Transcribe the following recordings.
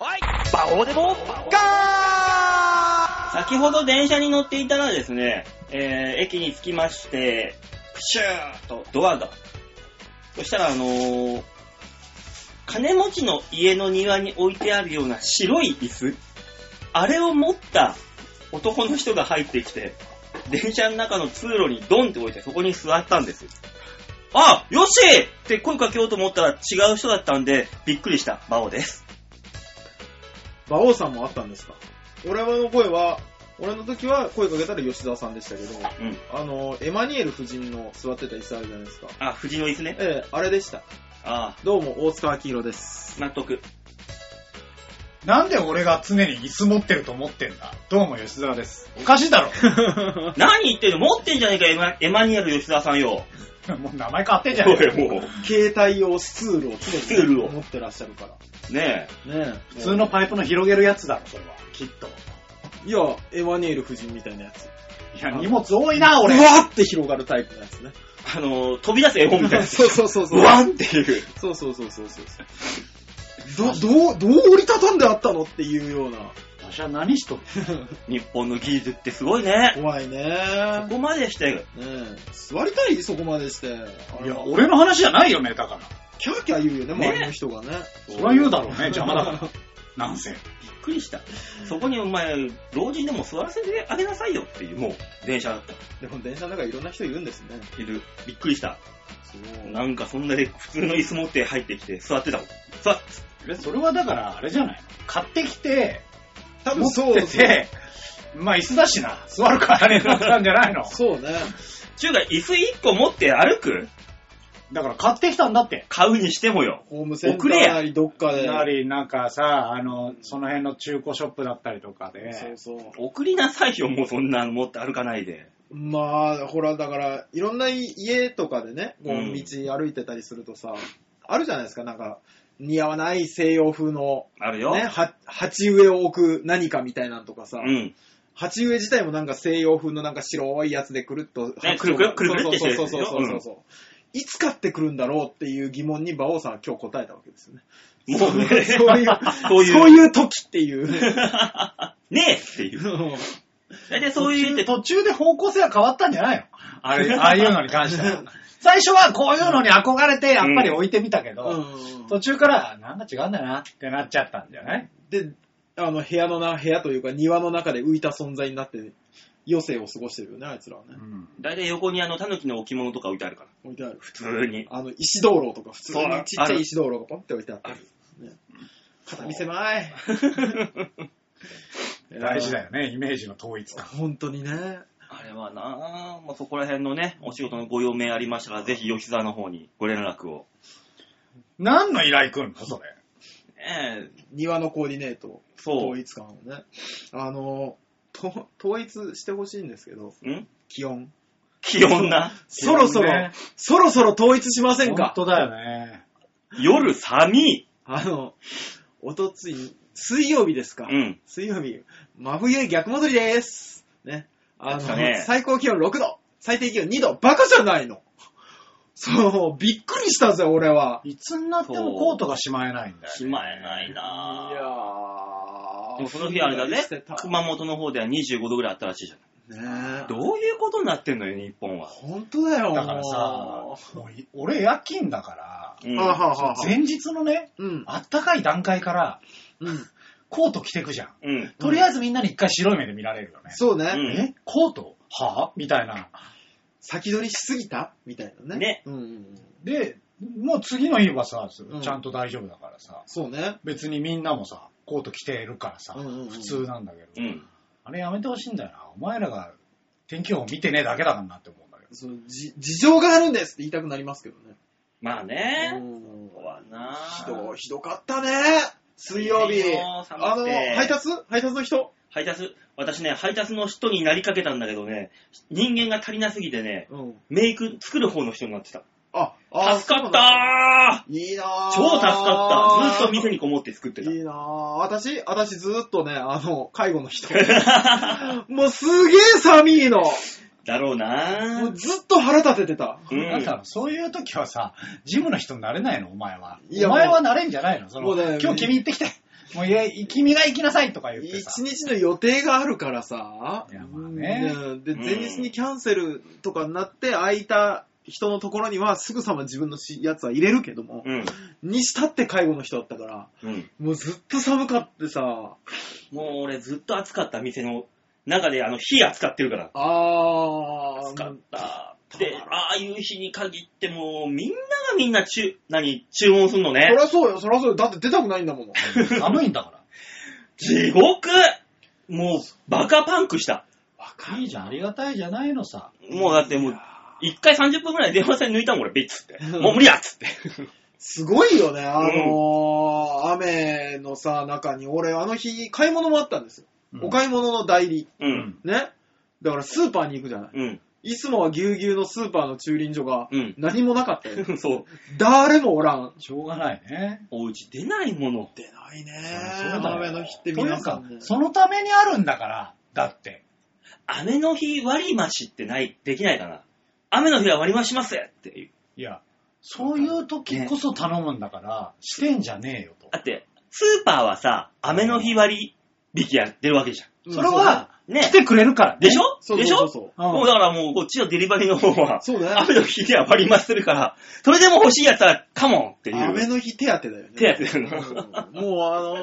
オーデモガ先ほど電車に乗っていたらですね、えー、駅に着きまして、プシューとドアが。そしたら、あのー金持ちの家の庭に置いてあるような白い椅子あれを持った男の人が入ってきて、電車の中の通路にドンって置いてそこに座ったんです。あよしって声かけようと思ったら違う人だったんで、びっくりした、バオです。馬王さんもあったんですか俺の声は、俺の時は声かけたら吉沢さんでしたけど、うん。あの、エマニュエル夫人の座ってた椅子あるじゃないですか。あ、藤の椅子ね。ええあれでした。あどうも、大塚明宏です。あ、納得。なんで俺が常に椅子持ってると思ってんだどうも吉沢です。おかしいだ何言ってんの持ってんじゃねえか、エマエマニュエル吉沢さんよ。ろ もう名前変わってんじゃねおえかい、も携帯用スツールをス常ツールをに持ってらっしゃるから。う。ねねえ。普通のパイプの広げるやつだろ、それは。きっと。いや、エマニュエル夫人みたいなやつ。いや、荷物多いな、う俺。わーって広がるタイプのやつね。え、あのー、飛び出す絵本みたいな。 そうそうそうそう。うわんっていう。そうそうそうそうそう。ど、どう、どう折りたたんであったのっていうような。私は何しとる日本の技術ってすごいね。怖いねここまでしてる。ねえ座りたいそこまでして。いや、俺の話じゃないよね、だから。キャーキャー言うよね、ね周りの人がね。そりゃ言うだろう ね、邪魔だから。なんせ。びっくりした。そこにお前、老人でも座らせてあげなさいよっていう、もう、電車だった。でも電車の中いろんな人いるんですね。いる。びっくりした。そうなんかそんなで普通の椅子持って入ってきて座ってたもん。座っえそれはだから、あれじゃないの買ってきて、多持分そうってて、まあ椅子だしな、座るからね、なったんじゃないの。そうね。ちゅうか椅子1個持って歩くだから買ってきたんだって。買うにしてもよ。ホームセンタ送れーやなりどっかで。なり、なんかさ、あの、その辺の中古ショップだったりとかそうで、そう。送りなさいよ、もうそんなの持って歩かないで。まあ、ほら、だから、いろんな家とかでね、こううん道歩いてたりするとさ、あるじゃないですか、なんか、似合わない西洋風の、あるよ。ね、は鉢植えを置く何かみたいなのとかさ、うん。鉢植え自体もなんか西洋風のなんか白いやつでくるっと、ねくるくるくるくるってしてるそうそうそうそうそう、いつ買ってくるんだろうっていう疑問に馬王さんは今日答えたわけですよね。もうね、そういう、 そういうそういう時っていう。ねえっていう。大体そういうって、途中で方向性は変わったんじゃないのあれ、ああいうのに関しては。 最初はこういうのに憧れて、やっぱり置いてみたけど、うん途中から、なんか違うんだなってなっちゃったんじゃないで、あの、部屋のな、部屋というか庭の中で浮いた存在になって、余生を過ごしてるよね、あいつらはね。大体横にあの、狸の置物とか置いてあるから。置いてある。普通に。あの、石灯籠とか、普通そうあにるちっちゃい石灯籠がポンって置いてあったり。ね肩身狭い。大事よ。だよね、イメージの統一感。本当にね。 あれはなぁ、まあ、そこら辺のね、お仕事のご用命ありましたら、ぜひ吉沢の方にご連絡を。何の依頼来んのそれ。ねえ、庭のコーディネート、そ統一感をね。あの、と統一してほしいんですけど、う。ん気温。気温な。そろそろ、ねそろそろ統一しません本か当だよね。夜寒い。あの、おとつい、水曜日ですか、うん。水曜日、真冬へ逆戻りです。ね。あやっの、たね最高気温6度、最低気温2度、バカじゃないの。そう、びっくりしたぜ、俺は。いつになってもコートがしまえないんだよ。しまえないいやなぁ。ーでもその日あれだね、熊本の方では25度ぐらいあったらしいじゃん。ねえ。どういうことになってんのよ、日本は。本当だよ、だからさ、ももうい俺夜勤だから、うう。んはあはあはあ前日のね、うん。あったかい段階からうん。コート着てくじゃん。うん。とりあえずみんなに一回白い目で見られるよね。そうね。うんえコートはぁみたいな。先取りしすぎたみたいなね。ね。うんうんうん。で、もう次の日はさ、んちゃんと大丈夫だからさ、そうね。別にみんなもさ、コート着てるからさ、うんうんうん普通なんだけど、うん。あれやめてほしいんだよな。お前らが天気予報見てねえだけだからなって思うんだけど。そのじ事情があるんですって言いたくなりますけどね。まあうね。んここはなひぁど、。ひどかったね。水曜日。寒くてあの、配達配達の人配達、私ね、配達の人になりかけたんだけどね、人間が足りなすぎてね、うん。メイク作る方の人になってた。あ、あ助かそうっなんただいいなー超助かったずっと店ににこもって作ってた。いいなぁ。私、私ずっとね、あの、介護 の人。もうすげえ寒いの。だろうなもうーずっと腹立ててた。うんなんかそういう時はさ、ジムの人になれないのお前は。いやお前はなれんじゃないのそもの、うね今日君行ってきて。もういや、君が行きなさいとか言ってさ。一日の予定があるからさいやまあねうんでうん前日にキャンセルとかになって空いた人のところにはすぐさま自分のしやつは入れるけども、うん。にしたって介護の人だったからうん。もうずっと寒かってさもう俺ずっと暑かった店の中で、あの、火扱ってるから。あ暑かった。うんで、ああいう日に限ってもう、みんながみんなちゅ、何、注文すんのねそ。らそうよそらそうよだって出たくないんだもの寒いんだか地獄もう、バカパンクした。ら。いいじゃん、ありがたいじゃないのさ。もうだってもう、一回30分くらい電話線抜いたもん、俺、ビッつって。もう無理やっつって。すごいよねあのー雨のさ中に俺あの日買い物もあったんですよ、お買い物の代理うん。ねだからスーパーに行くじゃないうん。いつもはぎゅうぎゅうのスーパーの駐輪所がうん。 何もなかったよ。そう。誰もおらん。しょうがないね。お家出ないもの。出ないねそうだよ雨の日ってとい皆うさかん、ね。そのためにあるんだから、だって。雨の日割り増しってない、できないかな。雨の日は割り増しますっていう。いや、そういう時こそ頼むんだから、してんじゃねえよと。だって、スーパーはさ、雨の日割引きやってるわけじゃうんそれ、は、ん。来ね。てくれるからね。 でしょそうでだしょそうそううんもうだからもうこっちのデリバリーの方は、そうだね雨の日では割り増しするから、それでも欲しいやつはカモンってそういう。雨の日手当てだよね。手当てだよなうんもうあの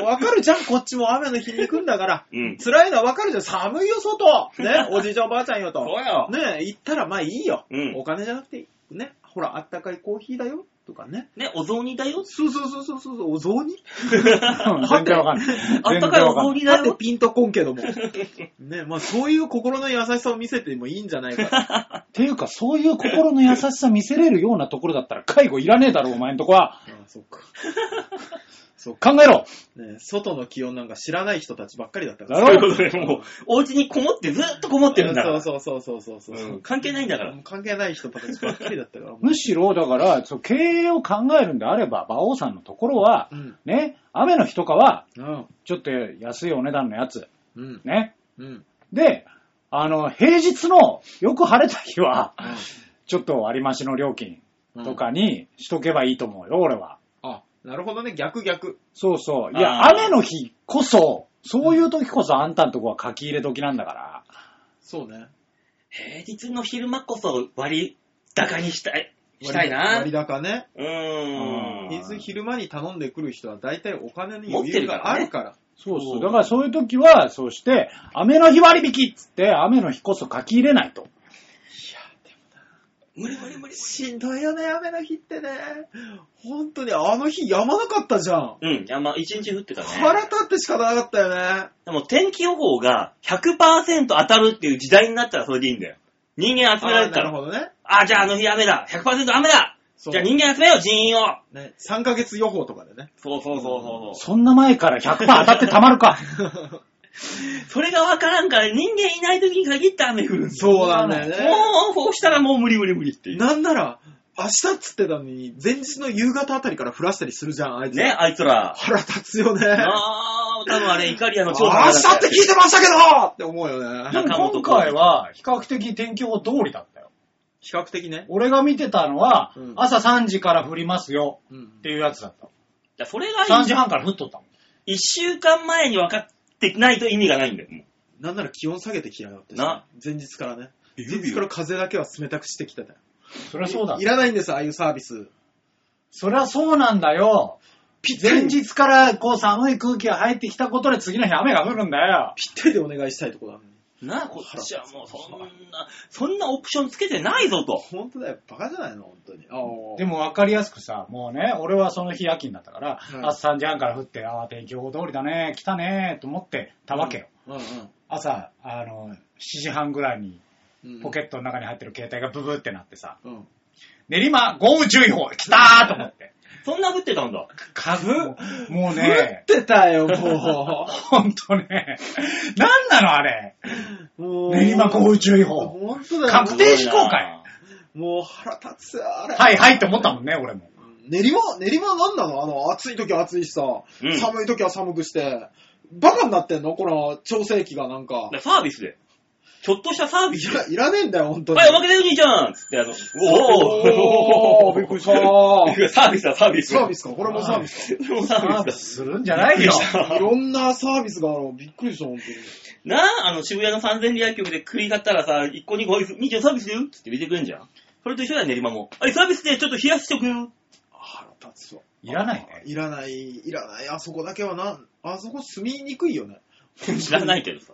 ー、わかるじゃん、こっちも雨の日に行くんだから。うん。辛いのはわかるじゃん、寒いよ、外。 ね、おじいちゃんおばあちゃんよと。そうよ。ね、行ったらまあいいよ。うんお金じゃなくていい。ね、ほら、あったかいコーヒーだよ、とかね。ね、お雑煮だよ。そうそうそうそうそう、お雑煮うん全然わかんない。あったかいお全然わ雑かんない煮だだってよ。ピンとこんけども。 ね、まあそういう心の優しさを見せてもいいんじゃな いかな。っていうか、そういう心の優しさ見せれるようなところだったら、介護いらねえだろ、お前んとこは。ああそっか。そっか。考えろね、外の気温なんか知らない人たちばっかりだったかだら。とろいうことで、もう、お家にこもってずっとこもってるんだから。そうそうそうそうそうそう。うん関係ないんだからもう関係ない人たちばっかりだった から。もうむしろ、だから、そう経営を考えるんであれば、馬王さんのところは、うん。ね、雨の日とかは、うん。ちょっと安いお値段のやつ、うん。ね。うん。で、あの、平日のよく晴れた日は、ちょっと割増しの料金とかにしとけばいいと思うよ、俺は。あ、なるほどね。逆逆。そうそう。いや、あー雨の日こそ、そういう時こそあんたんとこは書き入れ時なんだから。そうね。平日の昼間こそ割高にしたい、したいな。割高ね。うー。うんん水昼間に頼んでくる人は大体お金に持っ余て裕るからねがあるから。そうそそうう。だからそういう時は、そうして、雨の日割引っつって、雨の日こそ書き入れないと。無理無理無理しんどいよね、雨の日ってね。本当に、あの日やまなかったじゃん。無理。うん、いや、まあ、一日降ってたね。腹立って仕方なかったよね。でも天気予報が100%当たるっていう時代になったらそれでいいんだよ。人間集められあたなるら。ほどね。ああ、じゃああの日雨だ !100% 雨だそうじゃあ人間集めよう人員をね、3ヶ月予報とかで ね。そうそうそうそうそそんな前から100%当たってたまるか。う。それがわからんから人間いない時に限って雨降るんですよ。そうなんだよね。もう、こうしたらもう無理無理無理っていう。なんなら、明日っつってたのに、前日の夕方あたりから降らしたりするじゃん、あいつ。ね、あいつら。腹立つよね。なああ、多分あれ、イカリアの明調査だ日って聞いてましたけどって思うよでね。も今回は、比較的天気予報通りだったよ。比較的ね。俺が見てたのはうん、朝3時から降りますようんっていうやつだった。いやそれがいい3時半から降っとったもん。一週間前に分かってないと意味がないんだよ。もなんなら気温下げてきやがって。な。前日からね。う前日から風だけは冷たくしてきてたよ。そりゃそうだい。らないんです、ああいうサービス。そりゃそうなんだよ。前日からこう寒い空気が入ってきたことで次の日雨が降るんだよ。ぴったりでお願いしたいとこだね。なあ、こっちはもうそんな、そんなオプションつけてないぞと。本当だよ、バカじゃないの、本当に。あでも分かりやすくさ、もうね、俺はその日夜勤だったから、うん朝3時半から降って、ああ、天気予報通りだね、来たね、と思ってたわけよ。あ。うん朝、あの、7時半ぐらいに、うん。ポケットの中に入ってる携帯がブブってなってさ、うん。練馬豪雨注意報、来たーと思って。そんな降ってたんだ。風もうもう降っね、てたよ、もほんとね、なんなのあれ。う。 もう。練馬豪雨注意報。本当だよ。確定飛行かよもう腹立つよ、あれ。はいはいって思ったもんね、俺も。練馬、練馬なんなのあの、暑い時は暑いしさ、うん寒い時は寒くして、バカになってんのこの調整器がなんかだか。らサービスで。ちょっとしたサービいス。らいらねえんだよ、本当に。はい、おまけだよ、兄ちゃんつって、あの、おおおーびっくりした。 サービスだ、サービス。サービスかこれもサービスかこれもサービスするんじゃないよ。いろんなサービスがあるのびっくりした、本当に。だ。なあ、あの、渋谷の三千里薬局で食い買ったらさ、一個に個、兄ちゃんサービスだよつって入れてくれんじゃん。それと一緒だよ、練馬も。はい、サービスでちょっと冷やしておくよ。腹立つわ。いらないね。いらない、いらない。あそこだけはなん、あそこ住みにくいよね。 知らないけどさ。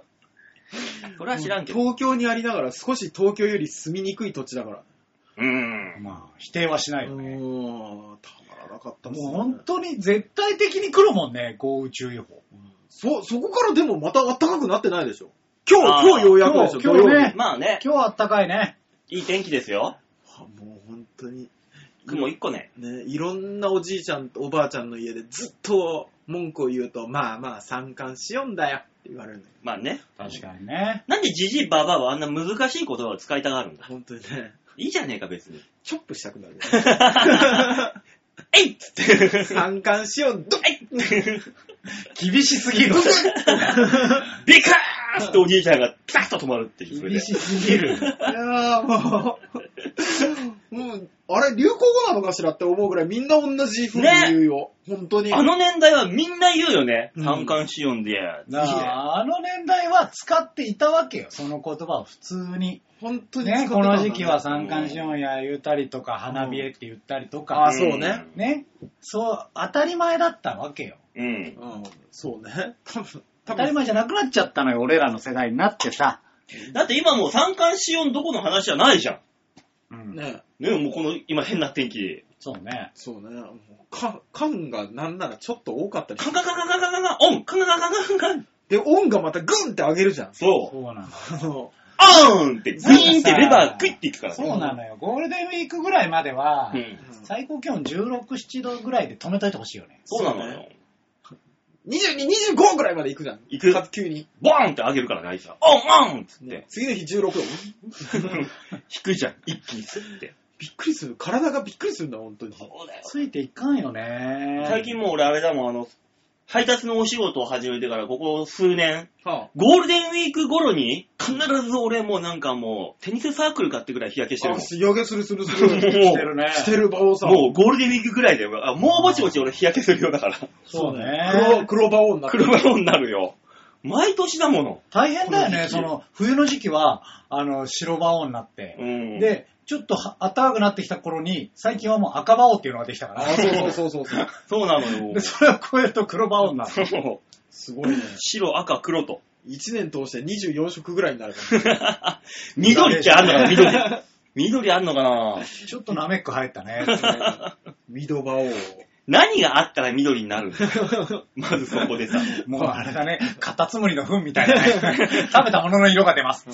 それは知らんけど。東京にありながら少し東京より住みにくい土地だから。うーん。まあ、否定はしないうよーね。ん、たまらなかったっすねもう本当に絶対的に来るもんね、豪雨注意報。そ、そこからでもまた暖かくなってないでしょ。今あー日、今日ようやくでし今ょ、日土曜今日ねまあね、今日はあったかいね。いい天気ですよ。あもう本当に。雲一個ね。ね、いろんなおじいちゃんとおばあちゃんの家でずっと文句を言うと、まあまあ三冠しよんだよって言わ れるんだよ。まあね。確かにね。なんでジジイババアはあんな難しい言葉を使いたがるんだ本当にね、いいじゃねえか、別 に。チョップしたくなる、ね。えいっつって。 三冠しよん、どっ厳しすぎ る。ビカーっておじいちゃんがピタッと止まるっていう。それで厳しすぎる。いやーもう、もう、あれ流行語なのかしらって思うぐらいみんな同じ風に言うよ。本当に。あの年代はみんな言うよね。うん三冠四音で。なああの年代は使っていたわけよ、その言葉を普通に。本当に使ってね、たんこだの時期は三寒四温や言うたりとか、花冷えって言ったりとあか、そうねね、そう、当たり前だったわけよ。うん。うん、そう ね。多分、多当たり分、前じゃなくなっちゃったのよ、俺らの世代になってさ。うん。だって今もう三冠四音どこの話じゃないじゃん。うんね、ねもうこの今変な天気。そうね。そうね。もうか、感がなんならちょっと多かったりカンカンカンカンカンカンカン、オンカンカンカンカンカンカン。で、音がまたグンって上げるじゃん。 そう。そうなの。あの、オンって、グイーンってレバークイっていくからそうなのよ。ゴールデンウィークぐらいまではう、ん。最高気温16、7度ぐらいで止めといてほしいよね。そうなのよ。 22、25ぐらいまで行くじゃん。行くか急に。ボーンって上げるからね、あいつは。オンオンっつっ ねて。次の日16度。低いじゃん。一気にスッて。びっくりする。体がびっくりするんだ、本当に。そうだよ。ついていかんよね。最近もう俺あれだもん、あの、配達のお仕事を始めてから、ここ数年、はゴールデンウィーク頃に、必ず俺もうなんかもう、テニスサークルかってぐらい日焼けしてあ、るあも仕上げするするす る。ん。もしてるね。してる、馬王さん。う、もうゴールデンウィークぐらいだよ。あもうぼちぼち俺日焼けするようだから。そう黒、ね。黒馬王になってる。黒バロになるよ。毎年だもの。大変だよこのね、時期その、冬の時期は、あの、白馬王になってう。ん。、で、ちょっとは暖かくなってきた頃に、最近はもう赤馬王っていうのができたかあ、ら。そうそうそうそうそう。そうなのよで、。それを超えると黒馬王になる。そうすごいね。白、赤、黒と。 1年通して24色ぐらいになるから。緑ってあんのかな、緑。緑あんのかなちょっとナメック入ったね。ミドバ王。何があったら緑になるんだまずそこでさ。もうあれだね、カタツムリの糞みたいな ね。食べたものの色が出ます。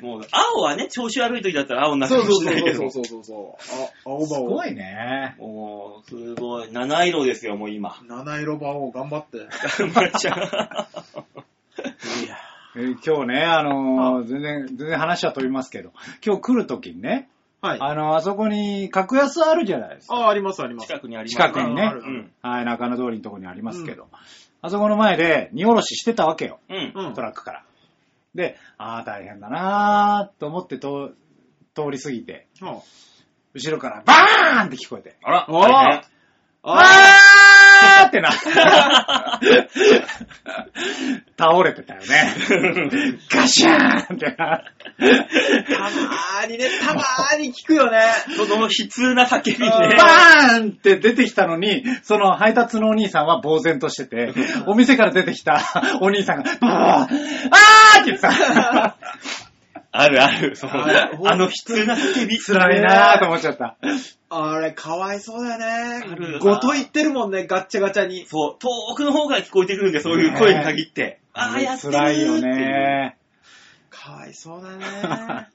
もう、青はね、調子悪い時だったら青になるそかうもそうしれそないけうど。そうそうそうそう。あ、青す馬王ご。いね。もう、すごい。七色ですよ、もう 今。七色馬王頑張って。まっちゃんえー今日ね、あのー全然、全然話は飛びますけど、今日来るときにね、はい。ああの、あそこに格安あるじゃないですか。あ、ありますあります。近くにあります近くにねあるあうるん。はい、中野通りのとこにありますけど、あそこの前で荷下ろししてたわけよ、うん。うんトラックから。で、ああ、大変だなーと思ってと通り過ぎて、は後ろからバーンって聞こえて、あら、おー大変あああーってな。 倒れてたよ ね。ガシャーンってな。ーたまーにね、たまーに聞くよね。その悲痛な叫びね。 バーンって出てきたのに、その配達のお兄さんは呆然として て、お店から出てきた お兄さんが、バーンあーって言って た。あるある。そのああの悲痛な叫び。辛いなーと思っちゃった。あれ、かわいそうだあよるね。なごと言ってるもんね、ガッチャガチャに。そう、遠くの方から聞こえてくるんで、そういう声に限って。ああ、やってるー辛いよ。ねかわいそうだ ね。あれは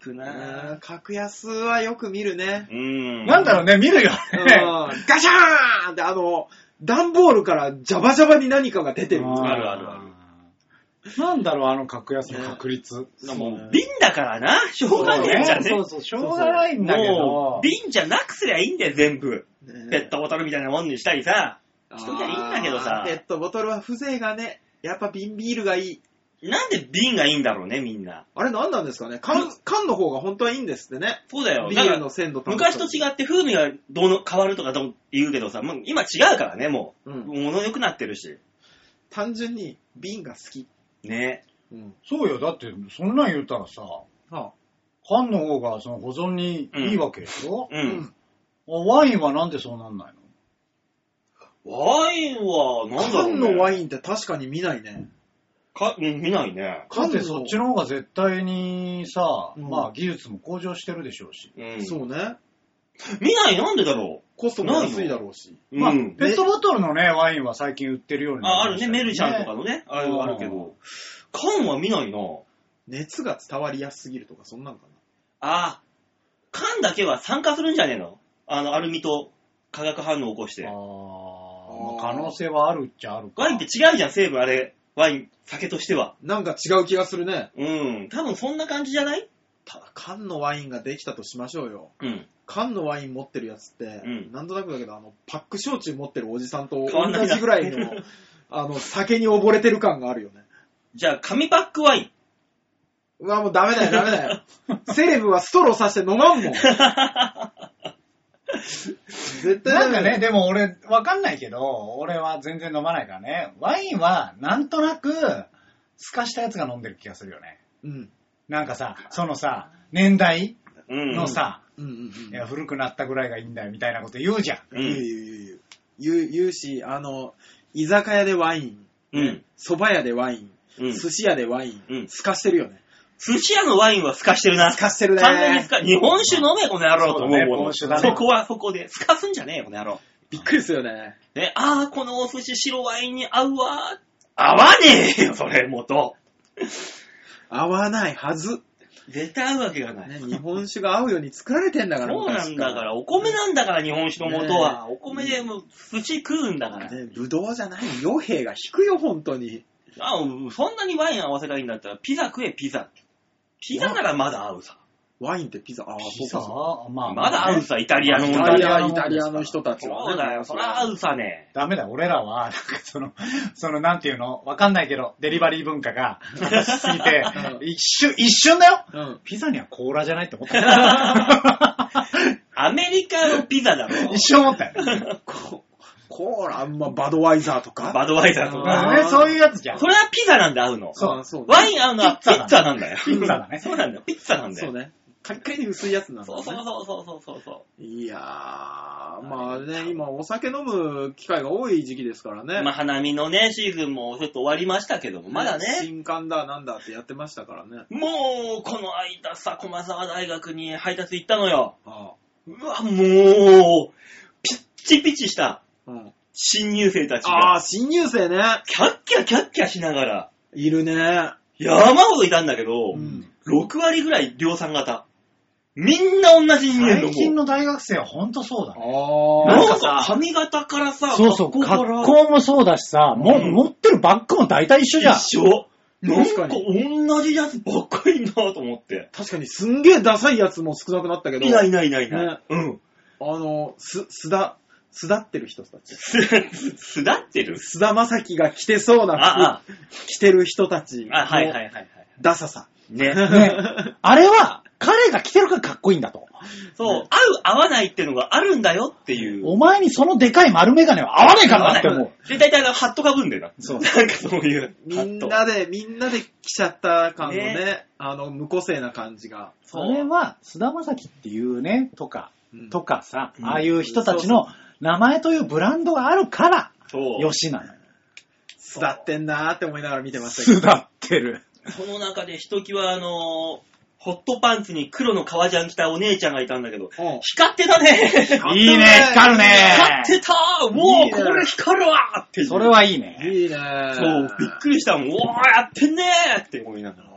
聞くうなん格安はよく見るね。うん。なんだろうね、見るようんね。ガシャーンってあの、段ボールからジャバジャバに何かが出てる。あるあるある。なんだろう、あの格安の確率。もう、瓶だからな。しょうがねえじゃんね。そうそう、しょうがないんだけどもう、。瓶じゃなくすりゃいいんだよ、全部。ねペットボトルみたいなもんにしたりさ。あー一人じゃいいんだけどさペットボトルは風情がね、やっぱ瓶ビールがいい。なんで瓶がいいんだろうね、みんな。あれ何なんですかね缶、缶の方が本当はいいんですってね。そうだよ。ビだーからルの鮮度高昔と違って風味がどうの変わるとかどう言うけどさ、もう今違うからね、もう。うん物良くなってるし。単純に瓶が好き。ね。うん。そうよ。だって、そんなん言うたらさ、は缶の方がその保存にいいわけでしょ、うあ、ん。。ワインはなんでそうなんないのワインは、なんだろう、缶ね。のワインインって確かに見ないね。か、うん見ないね。だってそっちの方が絶対にさ、うんまあ技術も向上してるでしょうし。うん。そうね。見ない、なんでだろコストも安いだろうし。う。まあ、うペん。ットボトルのね、ワインは最近売ってるようになりあ、あまるしたね、よメルちゃんとか。のね。あるあるけど。缶は見ないな。熱が伝わりやすすぎるとか、そんなんかああ。缶だけは酸化するんじゃねえのあの、アルミと化学反応を起こしてあ。ーあーまあ、可能性はあるっちゃあるか。ワインって違うじゃん、成分あれ。ワイン、酒としては。な。なんか違う気がするね。うん。多分そんな感じじゃないただ、缶のワインができたとしましょうよ。うん。缶のワイン持ってるやつって、うんなんとなくだけど、あの、パック焼酎持ってるおじさんと変わんな同いなじぐら いの、あの、酒に溺れてる感があるよね。じゃあ、紙パックワイン。うわ、もうダメだよ、ダメだよ。セレブはストローさして飲まん もん。絶対なダんメかだよね、。でも俺、わかんないけど、俺は全然飲まないからね、ワインはなんとなく、透かしたやつが飲んでる気がするよね。うん。なんかさ、そのさ、年代うん。のさ、うんうんいや古くなったぐらいがいいんだよみたいなこと言うじゃん。う。うん。言うん言う言う言う。言う、言うし、あの、居酒屋でワイン、うん。蕎麦屋でワイン、うん。寿司屋でワイン、うん透かしてるよね。寿司屋のワインは透かしてるな。透かしてるね完全に透か、日本酒飲め、この野郎とそ思ううだね日本も酒の。だねそこはそこで。透かすんじゃねえよ、この野郎。びっくりするよね。ね、あー、このお寿司白ワインに合うわ。合わねえよ、それ、元。合わないはず。絶対合うわけがない。ね、日本酒が合うように作られてんだから、。そうなんだからら、お米なんだから、日本酒の元は。お米でもう寿司食うんだから。ね、ぶどうじゃない傭兵が引くよ、本当に。あ、そんなにワイン合わせたいんだったら、ピザ食え、ピザ。ピザならまだ合うさ。ワインってピザ、ああ、そうさかそうあ、か。まあ、まだ合うさ、イタリアのイもんタだリね。ア、イタリアの人たちは、そうだよ、そら合う さね。ダメだ、俺らは、なんかその、その、なんていうのわかんないけど、デリバリー文化が、すぎて、うん一瞬、一瞬だようん。ピザにはコーラじゃないって思った。アメリカのピザだろ。一瞬思ったよね。ココーラ、まあ、バドワイザーとか。バドワイザーとだあか。からね、そういうやつじゃん。それはピザなんで合うの。そうあそうね。ワイン合うのはピピッツァだッツァなんだよ。ピザだね。そうなんだよ、ピッツァなんだそよ。うね。カリカリに薄いやつなんだ、そね。うそうそうそうそうそう。いやー、まあね、今お酒飲む機会が多い時期ですからね。まあ、花見のね、シーズンもちょっと終わりましたけども、まだね、新刊だ、なんだってやってましたからね。もう、この間さ、駒沢大学に配達行ったのよ。あうわ、もう、ピッチピチしたあ。うん、新入生たちあが、あ、新入生ね。キャッキャキャッキャしながら、いるね。山ほどいたんだけど、うん6割ぐらい量産型。みんな同じ人間の最近もう。の大学生はほんとそうだあね。あ。ななんんかかささ、髪型からさ、そうそう、格好か格ら好もそうだしさ、もうん持ってるバッグも大体一緒じゃん。一緒。なん確かか同じやつばっかりいんなと思って。確かにすんげえダサいやつも少なくなったけど、いないいないいないいなねい。うん。あの、す、すだ、すだってる人たち。す、すだってるすだまさきが着てそうなあ服着てる人たちあ、あ、はいはいのはいはい。ダサさ。ね。ね、あれは、彼が着てるからかっこいいんだと。そう、合う合わないってのがあるんだよっていう。お前にそのでかい丸メガネは合わねえからなって 思う。で、大体ハットかぶんだよな。そうなんかそういう。 みんハット。なで、みんなで着ちゃった感のね、ねあの、無個性な感じが。そそれう。は、菅田将暉っていうね、とか、うんとかさ、うんああいう人たちの名前というブランドがあるから、そうよ。しなの。巣立ってんなーって思いながら見てましたけすど。だってる。その中でひときわあのーホットパンツに黒の革ジャン着たお姉ちゃんがいたんだけど、うん光ってたね光ってるねいいね、光るね。光ってたもいういいねこれ光るわっていう。それはいいね。いいねそう、びっくりしたもん。おー、やってんねーって思いながら。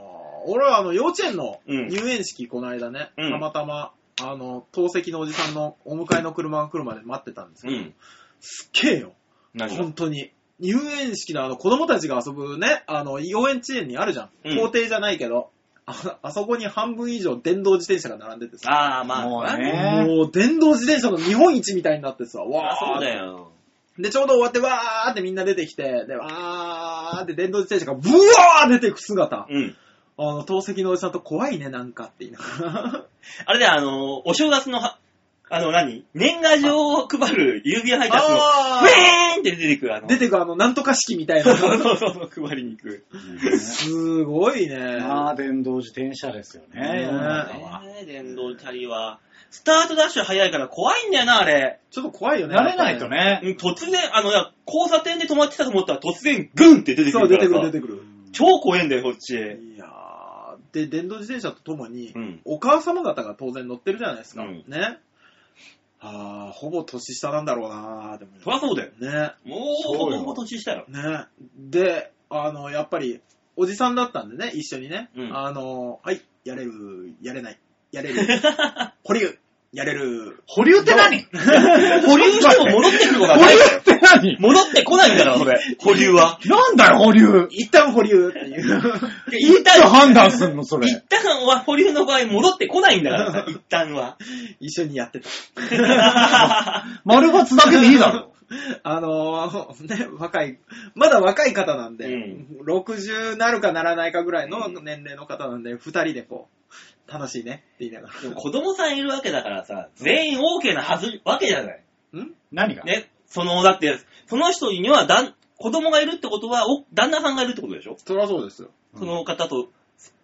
俺はあの、幼稚園のうん入園式、この間ね、うんたまたま、あの、透析のおじさんのお迎えの車が来るまで待ってたんですうよ。ん。すっげえよ。何本当に。入園式のあの、子供たちが遊ぶね、あの、幼園地園にあるじゃん。うん校庭じゃないけど、ああそこに半分以上電動自転車が並んでてさ。あー、まあ、もうねもう電動自転車の日本一みたいになってさ、まあわーそうってだよ。で、ちょうど終わってわーってみんな出てきて、で、わーーンって電動自転車がブワー出ていく姿。うん。あの、透析のおじさんと怖いね、なんかって言いながら。あれで、あの、お正月のは、あの何、年賀状を配る郵便配達の、あウェーンって出てくる、あの、出てくあの、なんとか式みたいそうな。そうそうそう、配りに行く。すごいね。まあ、電動自転車ですよね。ねえ世の中はねえ電動チャリは。スタートダッシュ早いから怖いんだよな、あれ。ちょっと怖いよね。慣れないとうね。ん突然、あの、いや交差点で止まってたと思ったら突然、グンって出てくそう、るから出てさ。くる、出てくる。超怖いんだよ、こっち。いやー、で、電動自転車とともに、うんお母様方が当然乗ってるじゃないですか。うんね。あー、ほぼ年下なんだろうなー、でも。そりゃそうだよ。ね。もそうう、よほぼほぼ年下よ。ね。で、あの、やっぱり、おじさんだったんでね、一緒にね。うんあの、はい、やれる、やれない、やれる、保留、やれる。保留って 何保留しても戻ってくること保が留ない。って何 戻ってこないんだから、それ。保留は。なんだよ、保留。一旦保留っていう。いつ判断すんの、それ。一旦は保留の場合戻ってこないんだからさ、一旦 は。一緒にやってた。丸抜だけでいいだろ。 あのーね、若い、まだ若い方なんで、う60なるかならないかぐらいのうん年齢の方なんで、二人でこう、楽しいねって言いながでも子供さんいるわけだからさ、全員 OK なはず、わけじゃない。ら。ん 何がね。その、だって、その人にはだん、子供がいるってことは、お旦那さんがいるってことでしょそりゃそうですよ。うんその方と、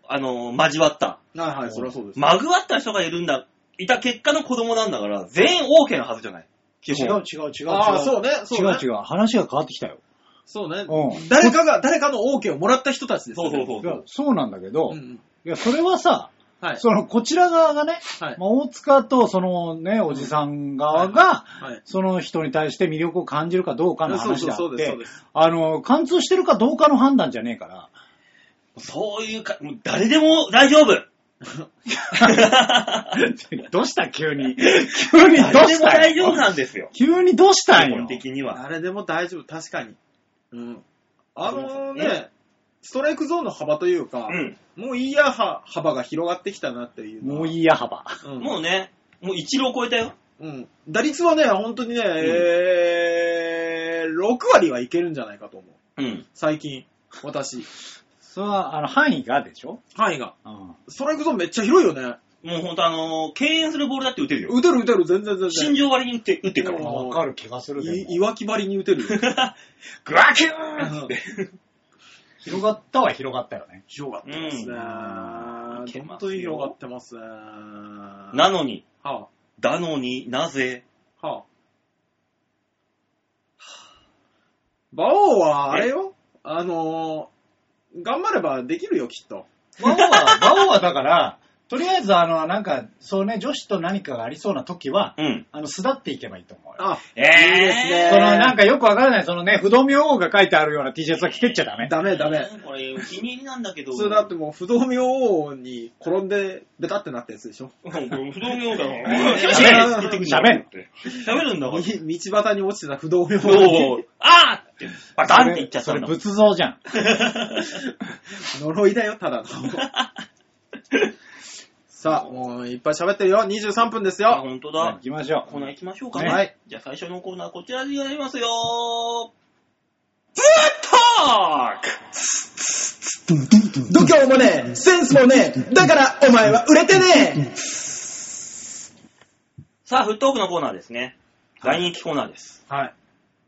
あの、交わった。はいはうい、んそりゃそうです。まぐわった人がいるんだ、いた結果の子供なんだから、全員 OK なはずじゃない。基違本。う違う違う。ああ、そうね。ね、違そううね。違う。話が変わってきたよ。そうね。うん誰かが、誰かの OK をもらった人たちですそようそうね。そうい。やそうなんだけど、んいんや、それはさ、はい。その、こちら側がね、はいまあ、大塚と、そのね、おじさん側が、はい。その人に対して魅力を感じるかどうかの話であそっうです、てそうで、す。あの、貫通してるかどうかの判断じゃねえから、そういうか、もう誰でも大丈夫。どうした急に。 急にどう誰でしもた大ん丈夫よなんですよ。急にどうしたん基よ本。的には。誰でも大丈夫、確かに。うん。あのそうですね、ストライクゾーンの幅というか、うん。もういいやは幅が広がってきたなっていうのは。もういいや幅。うん。もうね、もう一浪超えたよ。うん。打率はね、本当にね、えー、6割はいけるんじゃないかと思う。うん。最近、私。それは、あの、範囲がでしょ範囲が。うん。ストライクゾーンめっちゃ広いよね。もうほんとあのー敬遠するボールだって打てるよ。打てる打てる、全然全心然。情割に打って、打ってるかうんら。わかる気がするいでいもわきばりに打てるよ。グ ワキュうーンん広がったは広がったよ ね。広がってますうね。んいけますよ本当に広がってますね。 なのに、はだのになぜ、あ、はあ。馬王は、あれよあのー、頑張ればできるよ、きっと。バオは、バオはだから、とりあえずあの、なんか、そうね、女子と何かがありそうな時は、うん。あの、巣立っていけばいいと思うよ。あ、えいいですねその、なんかよくわからない、そのね、不動明王が書いてあるような T シャツは着てっちゃダメ。ダメダメ。。これ、お気に入りなんだけど。普通だってもう不動明王に転んでベタってなったやつでしょうん。これ不動明王だろ。 喋れ喋る喋るんだから。み道端に落ちてた不動明王おにーあーって、バタンって言っちゃったそれんだもん。仏像じゃん。呪いだよ、た だの。さあ、もういっぱい喋ってるよ。23分ですあ、よ。ほんと行だ。きましょコう。ーナー行きましょうかね。ははいい。じゃあ最初のコーナーこちらでございますよー。ブートーク度胸もねえ、センスもねえ、だからお前は売れてねえ。さあ、フットオークのコーナーですね。大人気コーナーです。はい。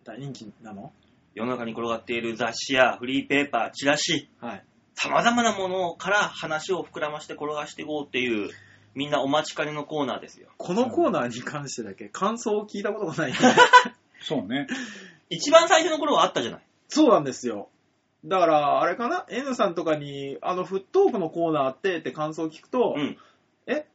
大人気なの世の中に転がっている雑誌やフリーペーパー、チラシ、はい。様々なものから話を膨らまして転がしていこうっていう、みんなお待ちかねのコーナーですよ。このコーナーに関してだけ感想を聞いたことが ない。そうね。一番最初の頃はあったじゃない。そうなんですよ。だから、あれかな ?N さんとかに、あの、フットオークのコーナーってって感想を聞くと、うん。え